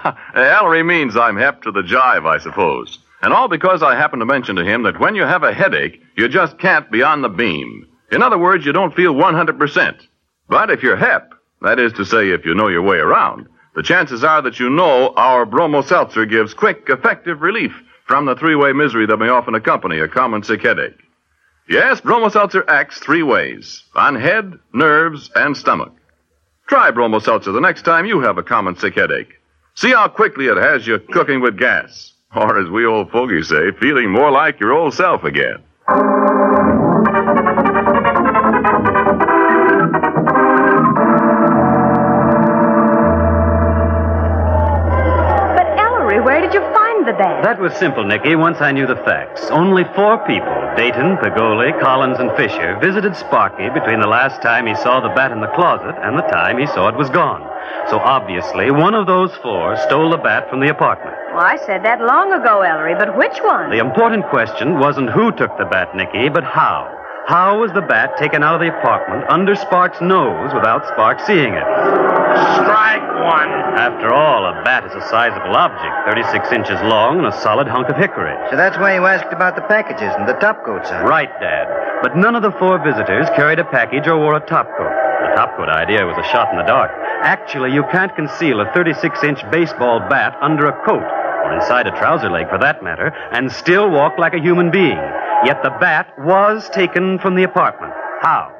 [SPEAKER 7] Ellery means I'm hep to the jive, I suppose. And all because I happened to mention to him that when you have a headache, you just can't be on the beam. In other words, you don't feel 100%. But if you're hep, that is to say, if you know your way around, the chances are that you know our bromo seltzer gives quick, effective relief from the three way misery that may often accompany a common sick headache. Yes, bromo seltzer acts three ways on head, nerves, and stomach. Try bromo seltzer the next time you have a common sick headache. See how quickly it has you cooking with gas. Or, as we old fogies say, feeling more like your old self again.
[SPEAKER 33] But Ellery, where did you find the bat?
[SPEAKER 25] That was simple, Nicky, once I knew the facts. Only four people, Dayton, Pagoli, Collins, and Fisher, visited Sparky between the last time he saw the bat in the closet and the time he saw it was gone. So obviously, one of those four stole the bat from the apartment.
[SPEAKER 33] Well, I said that long ago, Ellery, but which one?
[SPEAKER 25] The important question wasn't who took the bat, Nicky, but how. How was the bat taken out of the apartment under Spark's nose without Spark seeing it? Strike one. After all, a bat is a sizable object, 36 inches long and a solid hunk of hickory.
[SPEAKER 29] So that's why you asked about the packages and the top coats, huh?
[SPEAKER 25] Right, Dad. But none of the four visitors carried a package or wore a top coat. The top coat idea was a shot in the dark. Actually, you can't conceal a 36 inch baseball bat under a coat, or inside a trouser leg for that matter, and still walk like a human being. Yet the bat was taken from the apartment. How?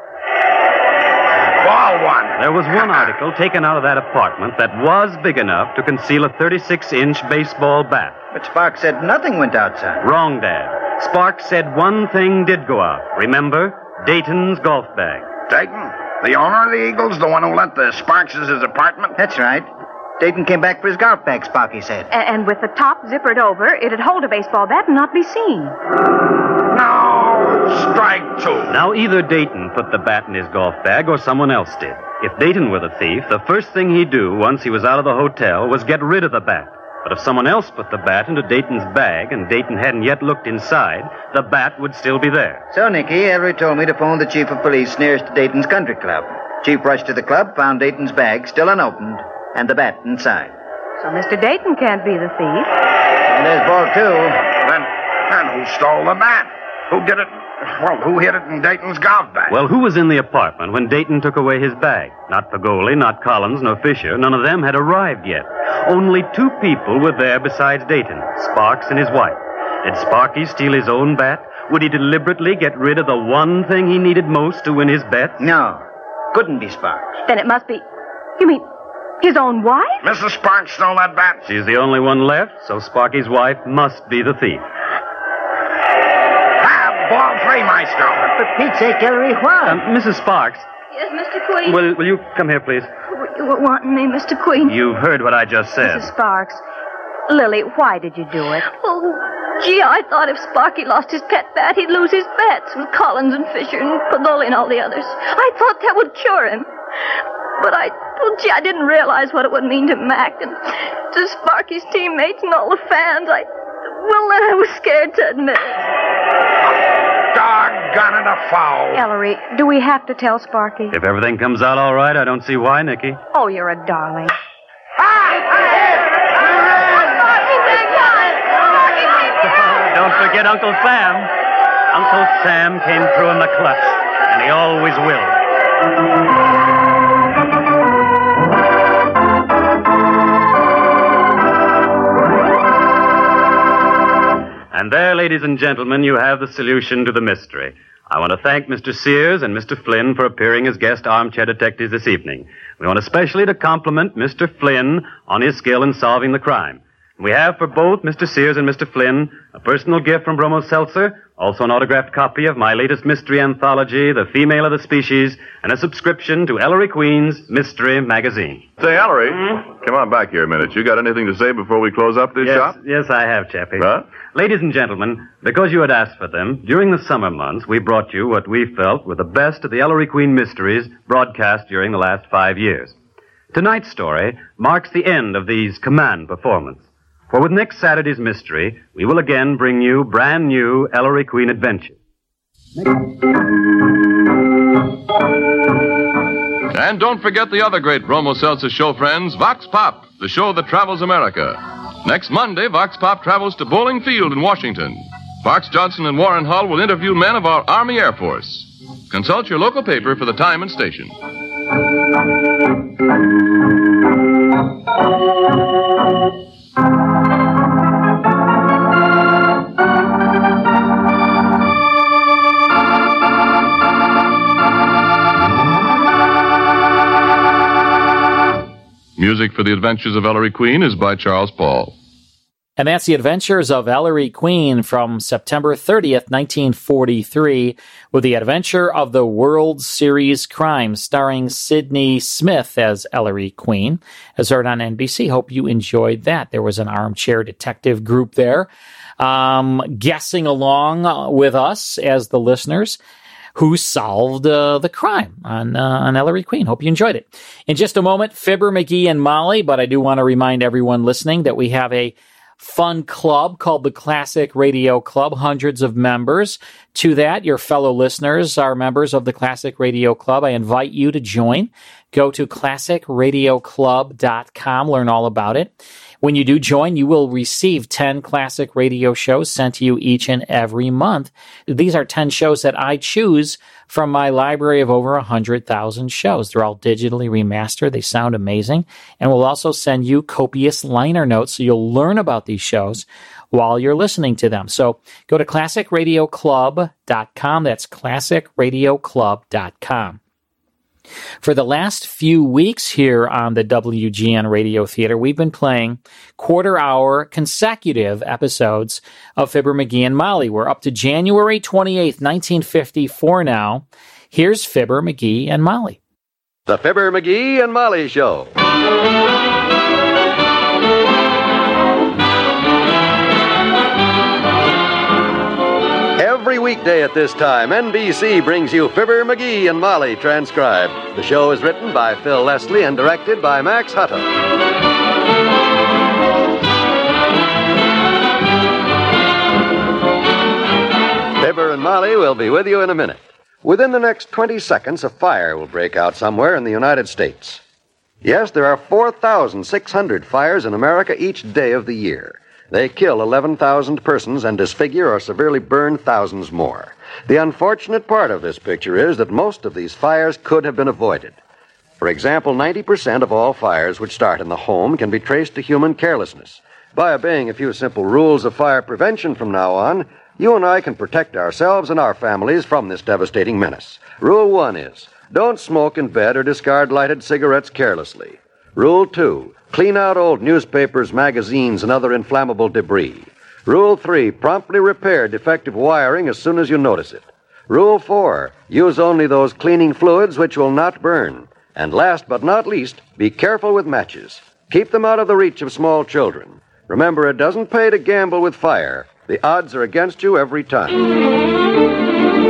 [SPEAKER 20] Ball one.
[SPEAKER 25] There was one article taken out of that apartment that was big enough to conceal a 36 inch baseball bat.
[SPEAKER 29] But Spark said nothing went outside.
[SPEAKER 25] Wrong, Dad. Sparks said one thing did go out. Remember? Dayton's golf bag.
[SPEAKER 20] Dayton, the owner of the Eagles, the one who lent the Sparkses his apartment?
[SPEAKER 29] That's right. Dayton came back for his golf bag, Sparky said.
[SPEAKER 33] A- and with the top zippered over, it'd hold a baseball bat and not be seen.
[SPEAKER 20] Strike two.
[SPEAKER 25] Now, either Dayton put the bat in his golf bag or someone else did. If Dayton were the thief, the first thing he'd do once he was out of the hotel was get rid of the bat. But if someone else put the bat into Dayton's bag and Dayton hadn't yet looked inside, the bat would still be there.
[SPEAKER 29] So, Nicky, Ellery told me to phone the chief of police nearest to Dayton's country club. Chief rushed to the club, found Dayton's bag still unopened, and the bat inside.
[SPEAKER 33] So Mr. Dayton can't be the thief.
[SPEAKER 29] And there's ball two.
[SPEAKER 20] Oh, Then, then who stole the bat? Who did it? Well, who hid it in Dayton's golf bag?
[SPEAKER 25] Well, who was in the apartment when Dayton took away his bag? Not Pagoli, not Collins, nor Fisher. None of them had arrived yet. Only two people were there besides Dayton Sparks and his wife. Did Sparky steal his own bat? Would he deliberately get rid of the one thing he needed most to win his bet?
[SPEAKER 29] No. Couldn't be Sparks.
[SPEAKER 33] Then it must be. You mean His own wife?
[SPEAKER 36] Mrs. Sparks stole that bat.
[SPEAKER 25] She's the only one left, so Sparky's wife must be the thief.
[SPEAKER 36] Ball free, Maestro.
[SPEAKER 37] For Pete's sake, Ellery, what?
[SPEAKER 25] Um, Mrs. Sparks,
[SPEAKER 30] Yes, Mr. Queen.
[SPEAKER 25] will, will you come here, please?
[SPEAKER 30] What you were wanting me, Mr. Queen?
[SPEAKER 25] You've heard what I just said.
[SPEAKER 33] Mrs.
[SPEAKER 30] Sparks.
[SPEAKER 33] Lily, why did you do it?
[SPEAKER 30] Oh, gee, I thought if Sparky lost his pet bat, he'd lose his bats with Collins and Fisher and Pagoli and all the others. I thought that would cure him. But I, well, gee, I didn't realize what it would mean to Mac and to Sparky's teammates and all the fans. I, well, then I was scared to admit it.
[SPEAKER 36] Doggone it, a foul.
[SPEAKER 33] Ellery, do we have to tell Sparky?
[SPEAKER 25] If everything comes out all right, I don't see why, Nicky.
[SPEAKER 33] Oh, you're a darling.
[SPEAKER 25] Don't forget Uncle Sam. Uncle Sam came through in the clutch, and he always will. And there, ladies and gentlemen, you have the solution to the mystery. I want to thank Mr. Sears and Mr. Flynn for appearing as guest armchair detectives this evening. We want especially to compliment Mr. Flynn on his skill in solving the crime. We have for both Mr. Sears and Mr. Flynn a personal gift from Bromo Seltzer, also an autographed copy of my latest mystery anthology, The Female of the Species, and a subscription to Ellery Queen's Mystery Magazine.
[SPEAKER 38] Say, Allery, come on back here a minute. You got anything to say before we close up this
[SPEAKER 25] yes,
[SPEAKER 38] shop?
[SPEAKER 25] Yes, I have, Chappie. Ladies and gentlemen, because you had asked for them, during the summer months, we brought you what we felt were the best of the Ellery Queen mysteries broadcast during the last five years. Tonight's story marks the end of these command performance. For with next Saturday's mystery, we will again bring you brand new Ellery Queen adventures.
[SPEAKER 7] And don't forget the other great Bromo Seltzer show friends, Vox Pop, the show that travels America. Next Monday, Vox Pop travels to Bowling Field in Washington. Fox Johnson and Warren Hull will interview men of our Army Air Force. Consult your local paper for the time and station. Music for the Adventures of Ellery Queen is by Charles Paul.
[SPEAKER 1] And that's the adventures of Ellery Queen from September 30th, 1943, with the adventure of the World Series crime, starring Sidney Smith as Ellery Queen, as heard on NBC. Hope you enjoyed that. There was an armchair detective group there, um, guessing along uh, with us as the listeners who solved uh, the crime on uh, on Ellery Queen. Hope you enjoyed it. In just a moment, Fibber, McGee, and Molly. But I do want to remind everyone listening that we have a fun club called the Classic Radio Club. Hundreds of members. To that, your fellow listeners are members of the Classic Radio Club. I invite you to join. Go to classicradioclub.com. Learn all about it. When you do join, you will receive 10 classic radio shows sent to you each and every month. These are 10 shows that I choose from my library of over 100,000 shows. They're all digitally remastered. They sound amazing. And we'll also send you copious liner notes so you'll learn about these shows while you're listening to them. So go to classicradioclub.com. That's classicradioclub.com. For the last few weeks here on the WGN Radio Theater, we've been playing quarter hour consecutive episodes of Fibber McGee and Molly. We're up to January 28th, 1954 now. Here's Fibber McGee and Molly.
[SPEAKER 39] The Fibber McGee and Molly Show. Every weekday at this time, NBC brings you Fibber McGee and Molly transcribed. The show is written by Phil Leslie and directed by Max Hutton. Fibber and Molly will be with you in a minute. Within the next 20 seconds, a fire will break out somewhere in the United States. Yes, there are 4,600 fires in America each day of the year. They kill 11,000 persons and disfigure or severely burn thousands more. The unfortunate part of this picture is that most of these fires could have been avoided. For example, 90% of all fires which start in the home can be traced to human carelessness. By obeying a few simple rules of fire prevention from now on, you and I can protect ourselves and our families from this devastating menace. Rule one is don't smoke in bed or discard lighted cigarettes carelessly.
[SPEAKER 15] Rule 2 Clean out old newspapers, magazines, and other inflammable debris. Rule 3 Promptly repair defective wiring as soon as you notice it. Rule 4 Use only those cleaning fluids which will not burn. And last but not least, be careful with matches. Keep them out of the reach of small children. Remember, it doesn't pay to gamble with fire. The odds are against you every time.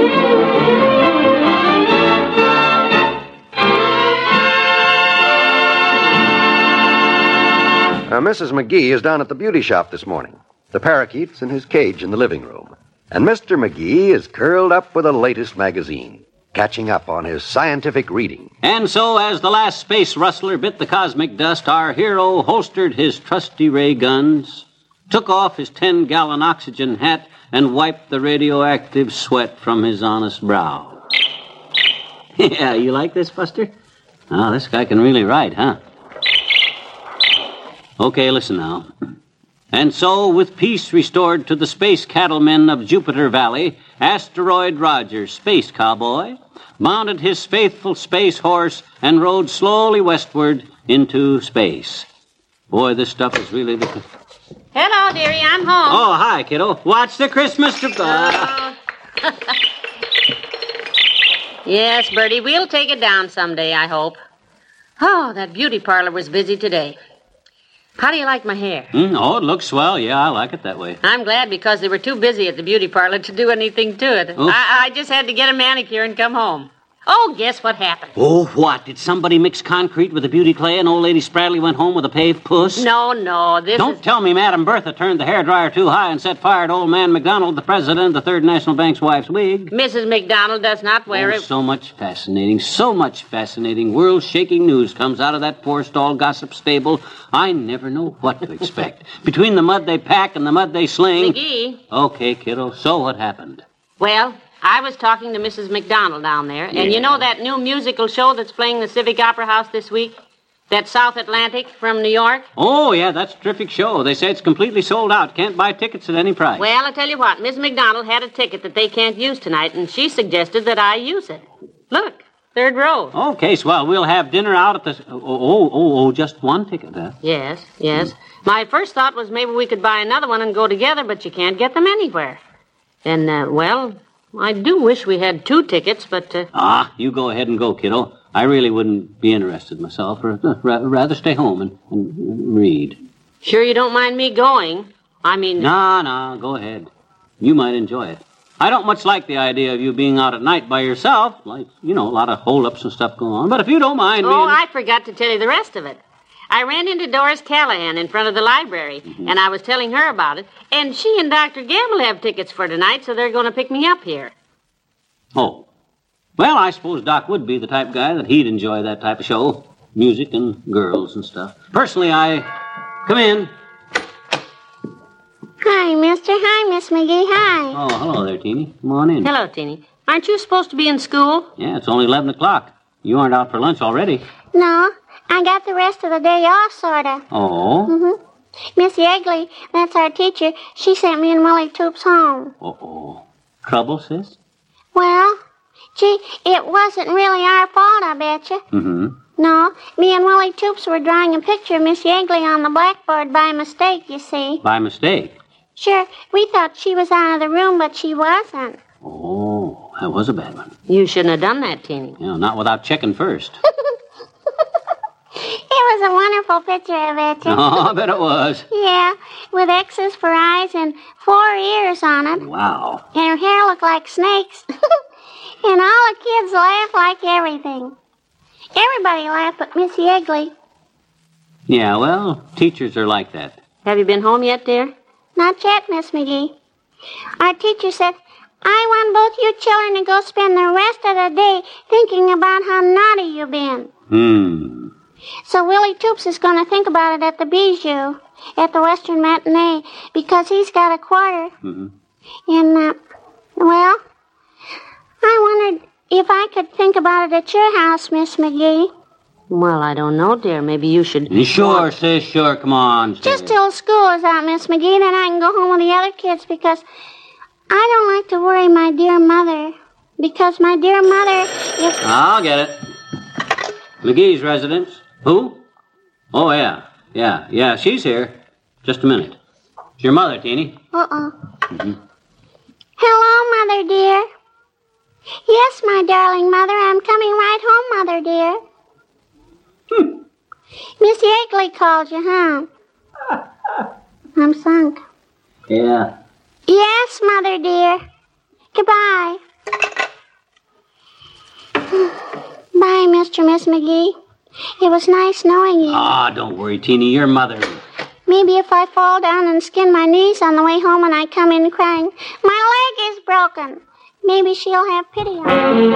[SPEAKER 15] Now, Mrs. Uh, McGee is down at the beauty shop this morning. The parakeet's in his cage in the living room. And Mr. McGee is curled up with the latest magazine, catching up on his scientific reading.
[SPEAKER 19] And so, as the last space rustler bit the cosmic dust, our hero holstered his trusty ray guns, took off his 10 gallon oxygen hat, and wiped the radioactive sweat from his honest brow. yeah, you like this, Buster? Oh, this guy can really write, huh? Okay, listen now. And so, with peace restored to the space cattlemen of Jupiter Valley, Asteroid Roger, space cowboy, mounted his faithful space horse and rode slowly westward into space. Boy, this stuff is really the.
[SPEAKER 21] Hello, dearie. I'm home.
[SPEAKER 19] Oh, hi, kiddo. Watch the Christmas. Tr- uh,
[SPEAKER 21] Yes, Bertie, we'll take it down someday, I hope. Oh, that beauty parlor was busy today. How do you like my hair?
[SPEAKER 19] mm, oh, it looks swell. Yeah, I like it that way.
[SPEAKER 21] I'm glad because they were too busy at the beauty parlor to do anything to it.
[SPEAKER 19] Oh.
[SPEAKER 21] I, I just had to get a manicure and come home. Oh, guess what happened?
[SPEAKER 19] Oh, what? Did somebody mix concrete with the beauty clay and old lady Spradley went home with a paved puss?
[SPEAKER 21] No, no, this
[SPEAKER 19] Don't
[SPEAKER 21] is.
[SPEAKER 19] tell me Madam Bertha turned the hairdryer too high and set fire to old man McDonald, the president of the Third National Bank's wife's wig.
[SPEAKER 21] Mrs. McDonald does not wear
[SPEAKER 19] Oh,
[SPEAKER 21] it.
[SPEAKER 19] so much fascinating, so much fascinating, world shaking news comes out of that poor stall gossip stable. I never know what to expect. Between the mud they pack and the mud they sling.
[SPEAKER 21] McGee.
[SPEAKER 19] Okay, kiddo, so what happened?
[SPEAKER 21] Well, I was talking to Mrs. McDonald down there, and
[SPEAKER 19] Yeah.
[SPEAKER 21] you know that new musical show that's playing the Civic Opera House this week? That South Atlantic from New York?
[SPEAKER 19] Oh, yeah, that's a terrific show. They say it's completely sold out. Can't buy tickets at any price.
[SPEAKER 21] Well, I tell you what, Miss McDonald had a ticket that they can't use tonight, and she suggested that I use it. Look, third row.
[SPEAKER 19] Okay, swell. We'll have dinner out at the. Oh, oh, oh, oh just one ticket, huh?
[SPEAKER 21] Yes, yes. My first thought was maybe we could buy another one and go together, but you can't get them anywhere. And, uh, well, I do wish we had two tickets, but, uh,
[SPEAKER 19] Ah, you go ahead and go, kiddo. I really wouldn't be interested myself, or uh, ra- rather stay home and, and read.
[SPEAKER 21] sure you don't mind me going. I mean,
[SPEAKER 19] No, no, go ahead. You might enjoy it. I don't much like the idea of you being out at night by yourself. Like, you know, a lot of holdups and stuff going on. But if you don't mind
[SPEAKER 21] oh,
[SPEAKER 19] being-
[SPEAKER 21] I forgot to tell you the rest of it. I ran into Doris Callahan in front of the library,
[SPEAKER 19] Mm-hmm.
[SPEAKER 21] and I was telling her about it, and she and Dr. Gamble have tickets for tonight, so they're going to pick me up here.
[SPEAKER 19] Oh. Well, I suppose Doc would be the type of guy that he'd enjoy that type of show. Music and girls and stuff. Personally, I. Come in.
[SPEAKER 24] Hi, mister. Hi, Miss McGee. Hi.
[SPEAKER 19] Oh, hello there, Teeny. Come on in.
[SPEAKER 21] Hello, Teeny. Aren't you supposed to be in school?
[SPEAKER 19] Yeah, it's only 11 o'clock. You aren't out for lunch already.
[SPEAKER 24] No, I got the rest of the day off, sorta.
[SPEAKER 19] Oh.
[SPEAKER 24] Mm-hmm. Miss Yegley, that's our teacher, she sent me and Willie Toops home.
[SPEAKER 19] Uh-oh. Trouble, sis?
[SPEAKER 24] Well, gee, it wasn't really our fault, I betcha.
[SPEAKER 19] Mm-hmm.
[SPEAKER 24] No, me and Willie Toops were drawing a picture of Miss Yegley on the blackboard by mistake, you see.
[SPEAKER 19] By mistake.
[SPEAKER 24] Sure, we thought she was out of the room, but she wasn't.
[SPEAKER 19] Oh, that was a bad one.
[SPEAKER 21] You shouldn't have done that, Teeny.
[SPEAKER 19] You know, not without checking first.
[SPEAKER 24] It was a wonderful picture, I betcha.
[SPEAKER 19] Oh, I bet it was.
[SPEAKER 24] Yeah, with X's for eyes and four ears on it.
[SPEAKER 19] Wow.
[SPEAKER 24] And her hair looked like snakes. and all the kids laughed like everything. Everybody laughed but Missy Egley.
[SPEAKER 19] Yeah, well, teachers are like that.
[SPEAKER 21] Have you been home yet, dear?
[SPEAKER 24] Not yet, Miss McGee. Our teacher said, I want both you children to go spend the rest of the day thinking about how naughty you've been.
[SPEAKER 19] Hmm.
[SPEAKER 24] So Willie Toops is going to think about it at the Bijou, at the Western Matinee, because he's got a quarter.
[SPEAKER 19] Mhm.
[SPEAKER 24] And, uh, well, I wondered if I could think about it at your house, Miss McGee.
[SPEAKER 21] Well, I don't know, dear. Maybe you should.
[SPEAKER 19] Sure, sis, sure. Come on. sis.
[SPEAKER 24] Just till school is out, Miss McGee, then I can go home with the other kids because I don't like to worry my dear mother. Because my dear mother is.
[SPEAKER 19] I'll get it. McGee's residence. Who? Oh, yeah. Yeah, yeah, she's here. Just a minute. It's your mother, Teeny.
[SPEAKER 24] Uh-uh. Hello, Mother dear. Yes, my darling mother, I'm coming right home, Mother dear. Miss Yeagley called you, huh? I'm sunk.
[SPEAKER 19] Yeah.
[SPEAKER 24] Yes, Mother dear. Goodbye. Bye, Mr. Miss McGee. It was nice knowing you.
[SPEAKER 19] Ah, don't worry, Teeny. Your mother.
[SPEAKER 24] Maybe if I fall down and skin my knees on the way home and I come in crying, my leg is broken. Maybe she'll have pity on me.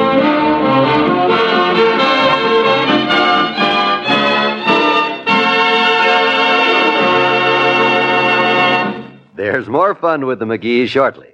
[SPEAKER 15] There's more fun with the McGees shortly.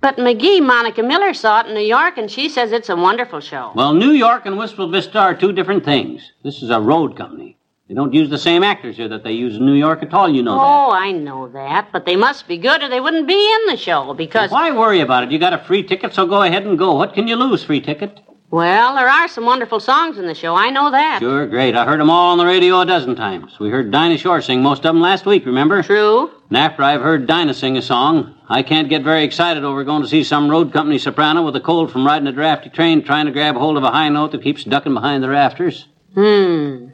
[SPEAKER 21] But McGee, Monica Miller saw it in New York, and she says it's a wonderful show.
[SPEAKER 19] Well, New York and Wistful Vista are two different things. This is a road company. They don't use the same actors here that they use in New York at all, you know that.
[SPEAKER 21] oh, I know that, but they must be good or they wouldn't be in the show because.
[SPEAKER 19] Why worry about it? You got a free ticket, so go ahead and go. What can you lose, free ticket?
[SPEAKER 21] Well, there are some wonderful songs in the show. I know that.
[SPEAKER 19] Sure, great. I heard them all on the radio a dozen times. We heard Dinah Shore sing most of them last week, remember?
[SPEAKER 21] True.
[SPEAKER 19] And after I've heard Dinah sing a song, I can't get very excited over going to see some road company soprano with a cold from riding a drafty train trying to grab hold of a high note that keeps ducking behind the rafters.
[SPEAKER 21] Hmm.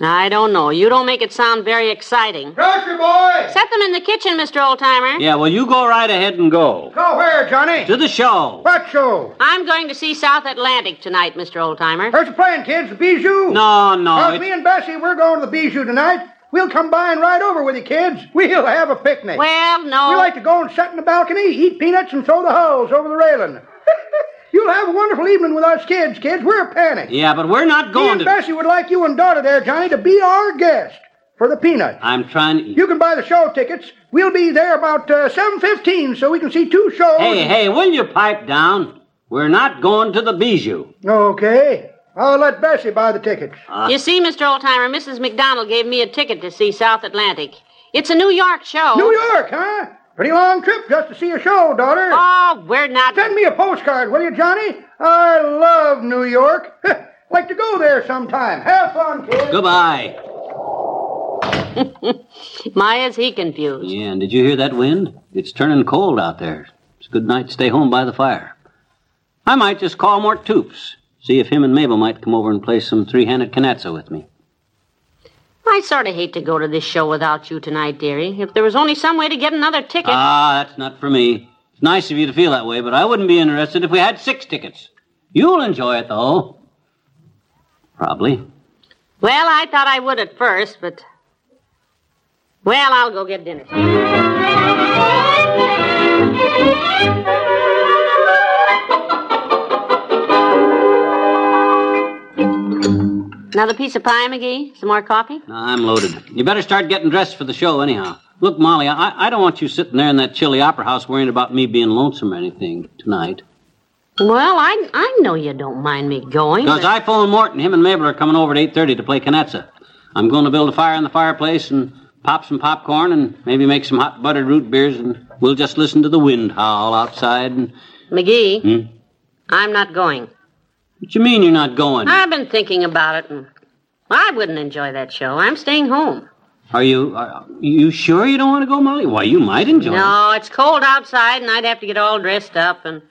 [SPEAKER 21] I don't know. You don't make it sound very exciting. Grocery boy! Set them in the kitchen, Mr. Oldtimer.
[SPEAKER 19] Yeah, well, you go right ahead and go.
[SPEAKER 21] Go where, Johnny?
[SPEAKER 19] To the show.
[SPEAKER 21] What show? I'm going to see South Atlantic tonight, Mr. Oldtimer. Where's the plan, kids? The Bijou.
[SPEAKER 19] No, no.
[SPEAKER 18] Well, me and Bessie, we're going to the Bijou tonight. We'll come by and ride over with you, kids. We'll have a picnic.
[SPEAKER 21] Well, no.
[SPEAKER 18] We like to go and sit in the balcony, eat peanuts, and throw the hulls over the railing. You'll have a wonderful evening with us kids, kids. We're a panic.
[SPEAKER 19] Yeah, but we're not
[SPEAKER 18] me
[SPEAKER 19] going
[SPEAKER 18] and
[SPEAKER 19] to.
[SPEAKER 18] Bessie would like you and daughter there, Johnny, to be our guest for the peanuts.
[SPEAKER 19] I'm trying to.
[SPEAKER 18] You can buy the show tickets. We'll be there about uh, 7.15 so we can see two shows.
[SPEAKER 21] Oh.
[SPEAKER 19] Hey, hey, will you pipe down? We're not going to the Bijou.
[SPEAKER 18] Okay. I'll let Bessie buy the tickets.
[SPEAKER 19] Uh-huh. Uh.
[SPEAKER 21] You see, Mr. Oldtimer, Mrs. McDonald gave me a ticket to see South Atlantic. It's a New York show.
[SPEAKER 18] New York, huh? Pretty long trip just to see a show, daughter.
[SPEAKER 21] Oh, we're not.
[SPEAKER 18] Send me a postcard, will you, Johnny? I love New York. like to go there sometime. Have fun, kids.
[SPEAKER 19] Goodbye.
[SPEAKER 21] My, is he confused.
[SPEAKER 19] Yeah, and did you hear that wind? It's turning cold out there. It's a good night to stay home by the fire. I might just call Mort Toops, see if him and Mabel might come over and play some three-handed canazza with me.
[SPEAKER 21] I sort of hate to go to this show without you tonight, dearie. If there was only some way to get another ticket.
[SPEAKER 19] Ah, that's not for me. It's nice of you to feel that way, but I wouldn't be interested if we had six tickets. You'll enjoy it, though. Probably.
[SPEAKER 21] Well, I thought I would at first, but. Well, I'll go get dinner. Another piece of pie, McGee? Some more coffee?
[SPEAKER 19] No, I'm loaded. You better start getting dressed for the show, anyhow. Look, Molly, I, I don't want you sitting there in that chilly opera house worrying about me being lonesome or anything tonight.
[SPEAKER 21] Well, I I know you don't mind me going.
[SPEAKER 19] Because
[SPEAKER 21] but-
[SPEAKER 19] I phoned Morton. Him and Mabel are coming over at 8.30 to play canazza. I'm going to build a fire in the fireplace and pop some popcorn and maybe make some hot buttered root beers and we'll just listen to the wind howl outside. And...
[SPEAKER 21] McGee,
[SPEAKER 19] Hmm?
[SPEAKER 21] I'm not going.
[SPEAKER 19] What you mean you're not going?
[SPEAKER 21] I've been thinking about it, and I wouldn't enjoy that show. I'm staying home.
[SPEAKER 19] Are you are you sure you don't want to go, Molly? Why, you might enjoy it.
[SPEAKER 21] No, it's cold outside, and I'd have to get all dressed up, and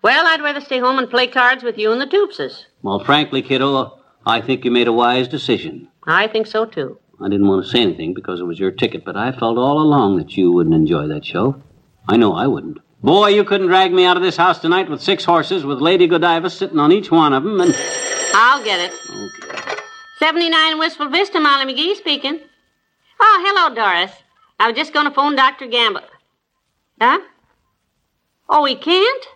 [SPEAKER 21] well, I'd rather stay home and play cards with you and the Toopses.
[SPEAKER 19] Well, frankly, kiddo, I think you made a wise decision.
[SPEAKER 21] I think so too.
[SPEAKER 19] I didn't want to say anything because it was your ticket, but I felt all along that you wouldn't enjoy that show. I know I wouldn't. Boy, you couldn't drag me out of this house tonight with six horses with Lady Godiva sitting on each one of them and.
[SPEAKER 21] I'll get it. Okay. Seventy-nine Wistful Vista, Molly McGee speaking. Oh, hello, Doris. I was just going to phone Doctor Gamble. Huh? Oh, he can't.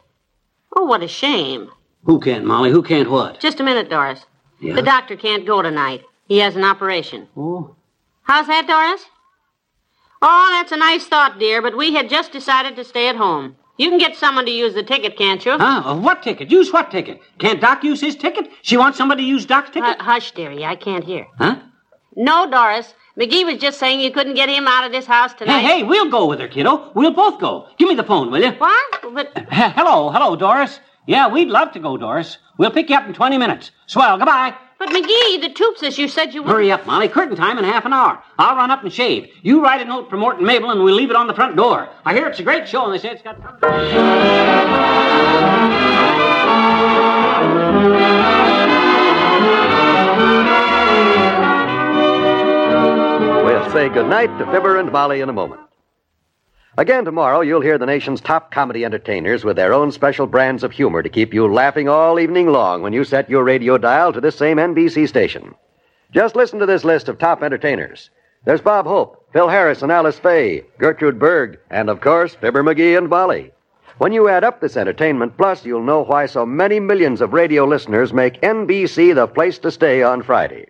[SPEAKER 21] Oh, what a shame.
[SPEAKER 19] Who can't, Molly? Who can't what?
[SPEAKER 21] Just a minute, Doris.
[SPEAKER 19] Yeah.
[SPEAKER 21] The doctor can't go tonight. He has an operation.
[SPEAKER 19] Oh.
[SPEAKER 21] How's that, Doris? Oh, that's a nice thought, dear, but we had just decided to stay at home. You can get someone to use the ticket, can't you?
[SPEAKER 19] Ah, uh, what ticket? Use what ticket? Can't Doc use his ticket? She wants somebody to use Doc's ticket?
[SPEAKER 21] Hu- hush, dearie. I can't hear.
[SPEAKER 19] Huh?
[SPEAKER 21] No, Doris. McGee was just saying you couldn't get him out of this house tonight.
[SPEAKER 19] Hey, hey, we'll go with her, kiddo. We'll both go. Give me the phone, will you?
[SPEAKER 21] What? But
[SPEAKER 19] He- Hello, hello, Doris. Yeah, we'd love to go, Doris. We'll pick you up in 20 minutes. Swell, goodbye.
[SPEAKER 21] but McGee, the troops, as you said you would.
[SPEAKER 19] Hurry up, Molly. Curtain time in half an hour. I'll run up and shave. You write a note for Mort and Mabel, and we'll leave it on the front door. I hear it's a great show, and they say it's got.
[SPEAKER 39] We'll say goodnight to Fibber and Molly in a moment. Again tomorrow, you'll hear the nation's top comedy entertainers with their own special brands of humor to keep you laughing all evening long when you set your radio dial to this same NBC station. Just listen to this list of top entertainers. There's Bob Hope, Phil Harris and Alice Faye, Gertrude Berg, and of course, Fibber McGee and Molly. When you add up this entertainment plus, you'll know why so many millions of radio listeners make NBC the place to stay on Friday.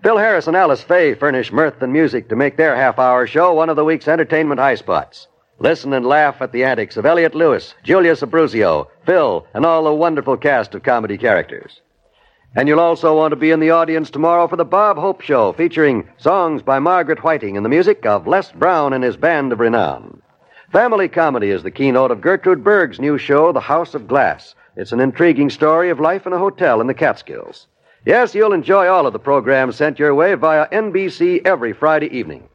[SPEAKER 39] Phil Harris and Alice Faye furnish mirth and music to make their half hour show one of the week's entertainment high spots. Listen and laugh at the antics of Elliot Lewis, Julia Sabruzio, Phil, and all the wonderful cast of comedy characters. And you'll also want to be in the audience tomorrow for the Bob Hope Show, featuring songs by Margaret Whiting and the music of Les Brown and his band of renown. Family comedy is the keynote of Gertrude Berg's new show, The House of Glass. It's an intriguing story of life in a hotel in the Catskills. Yes, you'll enjoy all of the programs sent your way via NBC every Friday evening.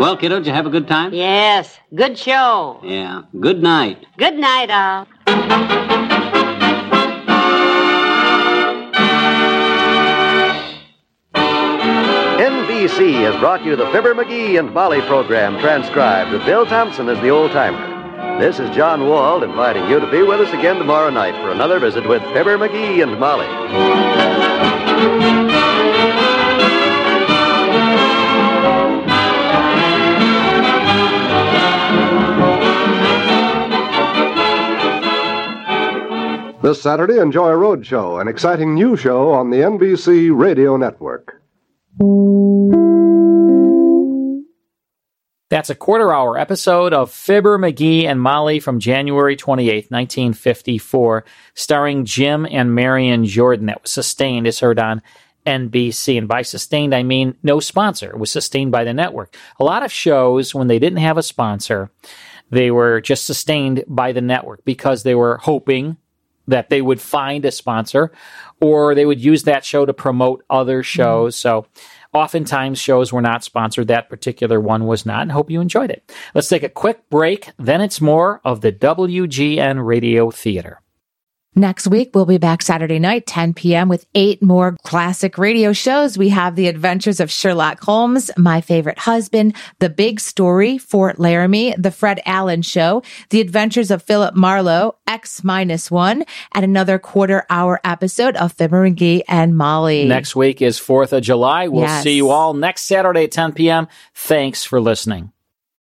[SPEAKER 19] Well, kiddo, did you have a good time?
[SPEAKER 21] Yes, good show.
[SPEAKER 19] Yeah. Good night.
[SPEAKER 21] Good night, uh. all.
[SPEAKER 39] NBC has brought you the Fibber McGee and Molly program transcribed with Bill Thompson as the old timer. This is John Wald inviting you to be with us again tomorrow night for another visit with Fibber McGee and Molly.
[SPEAKER 22] This Saturday, enjoy Roadshow, an exciting new show on the NBC Radio Network.
[SPEAKER 1] That's a quarter hour episode of Fibber, McGee, and Molly from January 28, 1954, starring Jim and Marion Jordan. That was sustained, is heard on NBC. And by sustained, I mean no sponsor. It was sustained by the network. A lot of shows, when they didn't have a sponsor, they were just sustained by the network because they were hoping that they would find a sponsor or they would use that show to promote other shows. So oftentimes shows were not sponsored. That particular one was not. And hope you enjoyed it. Let's take a quick break. Then it's more of the WGN Radio Theater.
[SPEAKER 11] Next week, we'll be back Saturday night, 10 p.m., with eight more classic radio shows. We have The Adventures of Sherlock Holmes, My Favorite Husband, The Big Story, Fort Laramie, The Fred Allen Show, The Adventures of Philip Marlowe, X minus one, and another quarter hour episode of Fibber McGee and Molly.
[SPEAKER 1] Next week is 4th of July. We'll
[SPEAKER 11] Yes.
[SPEAKER 1] see you all next Saturday at 10 p.m. Thanks for listening.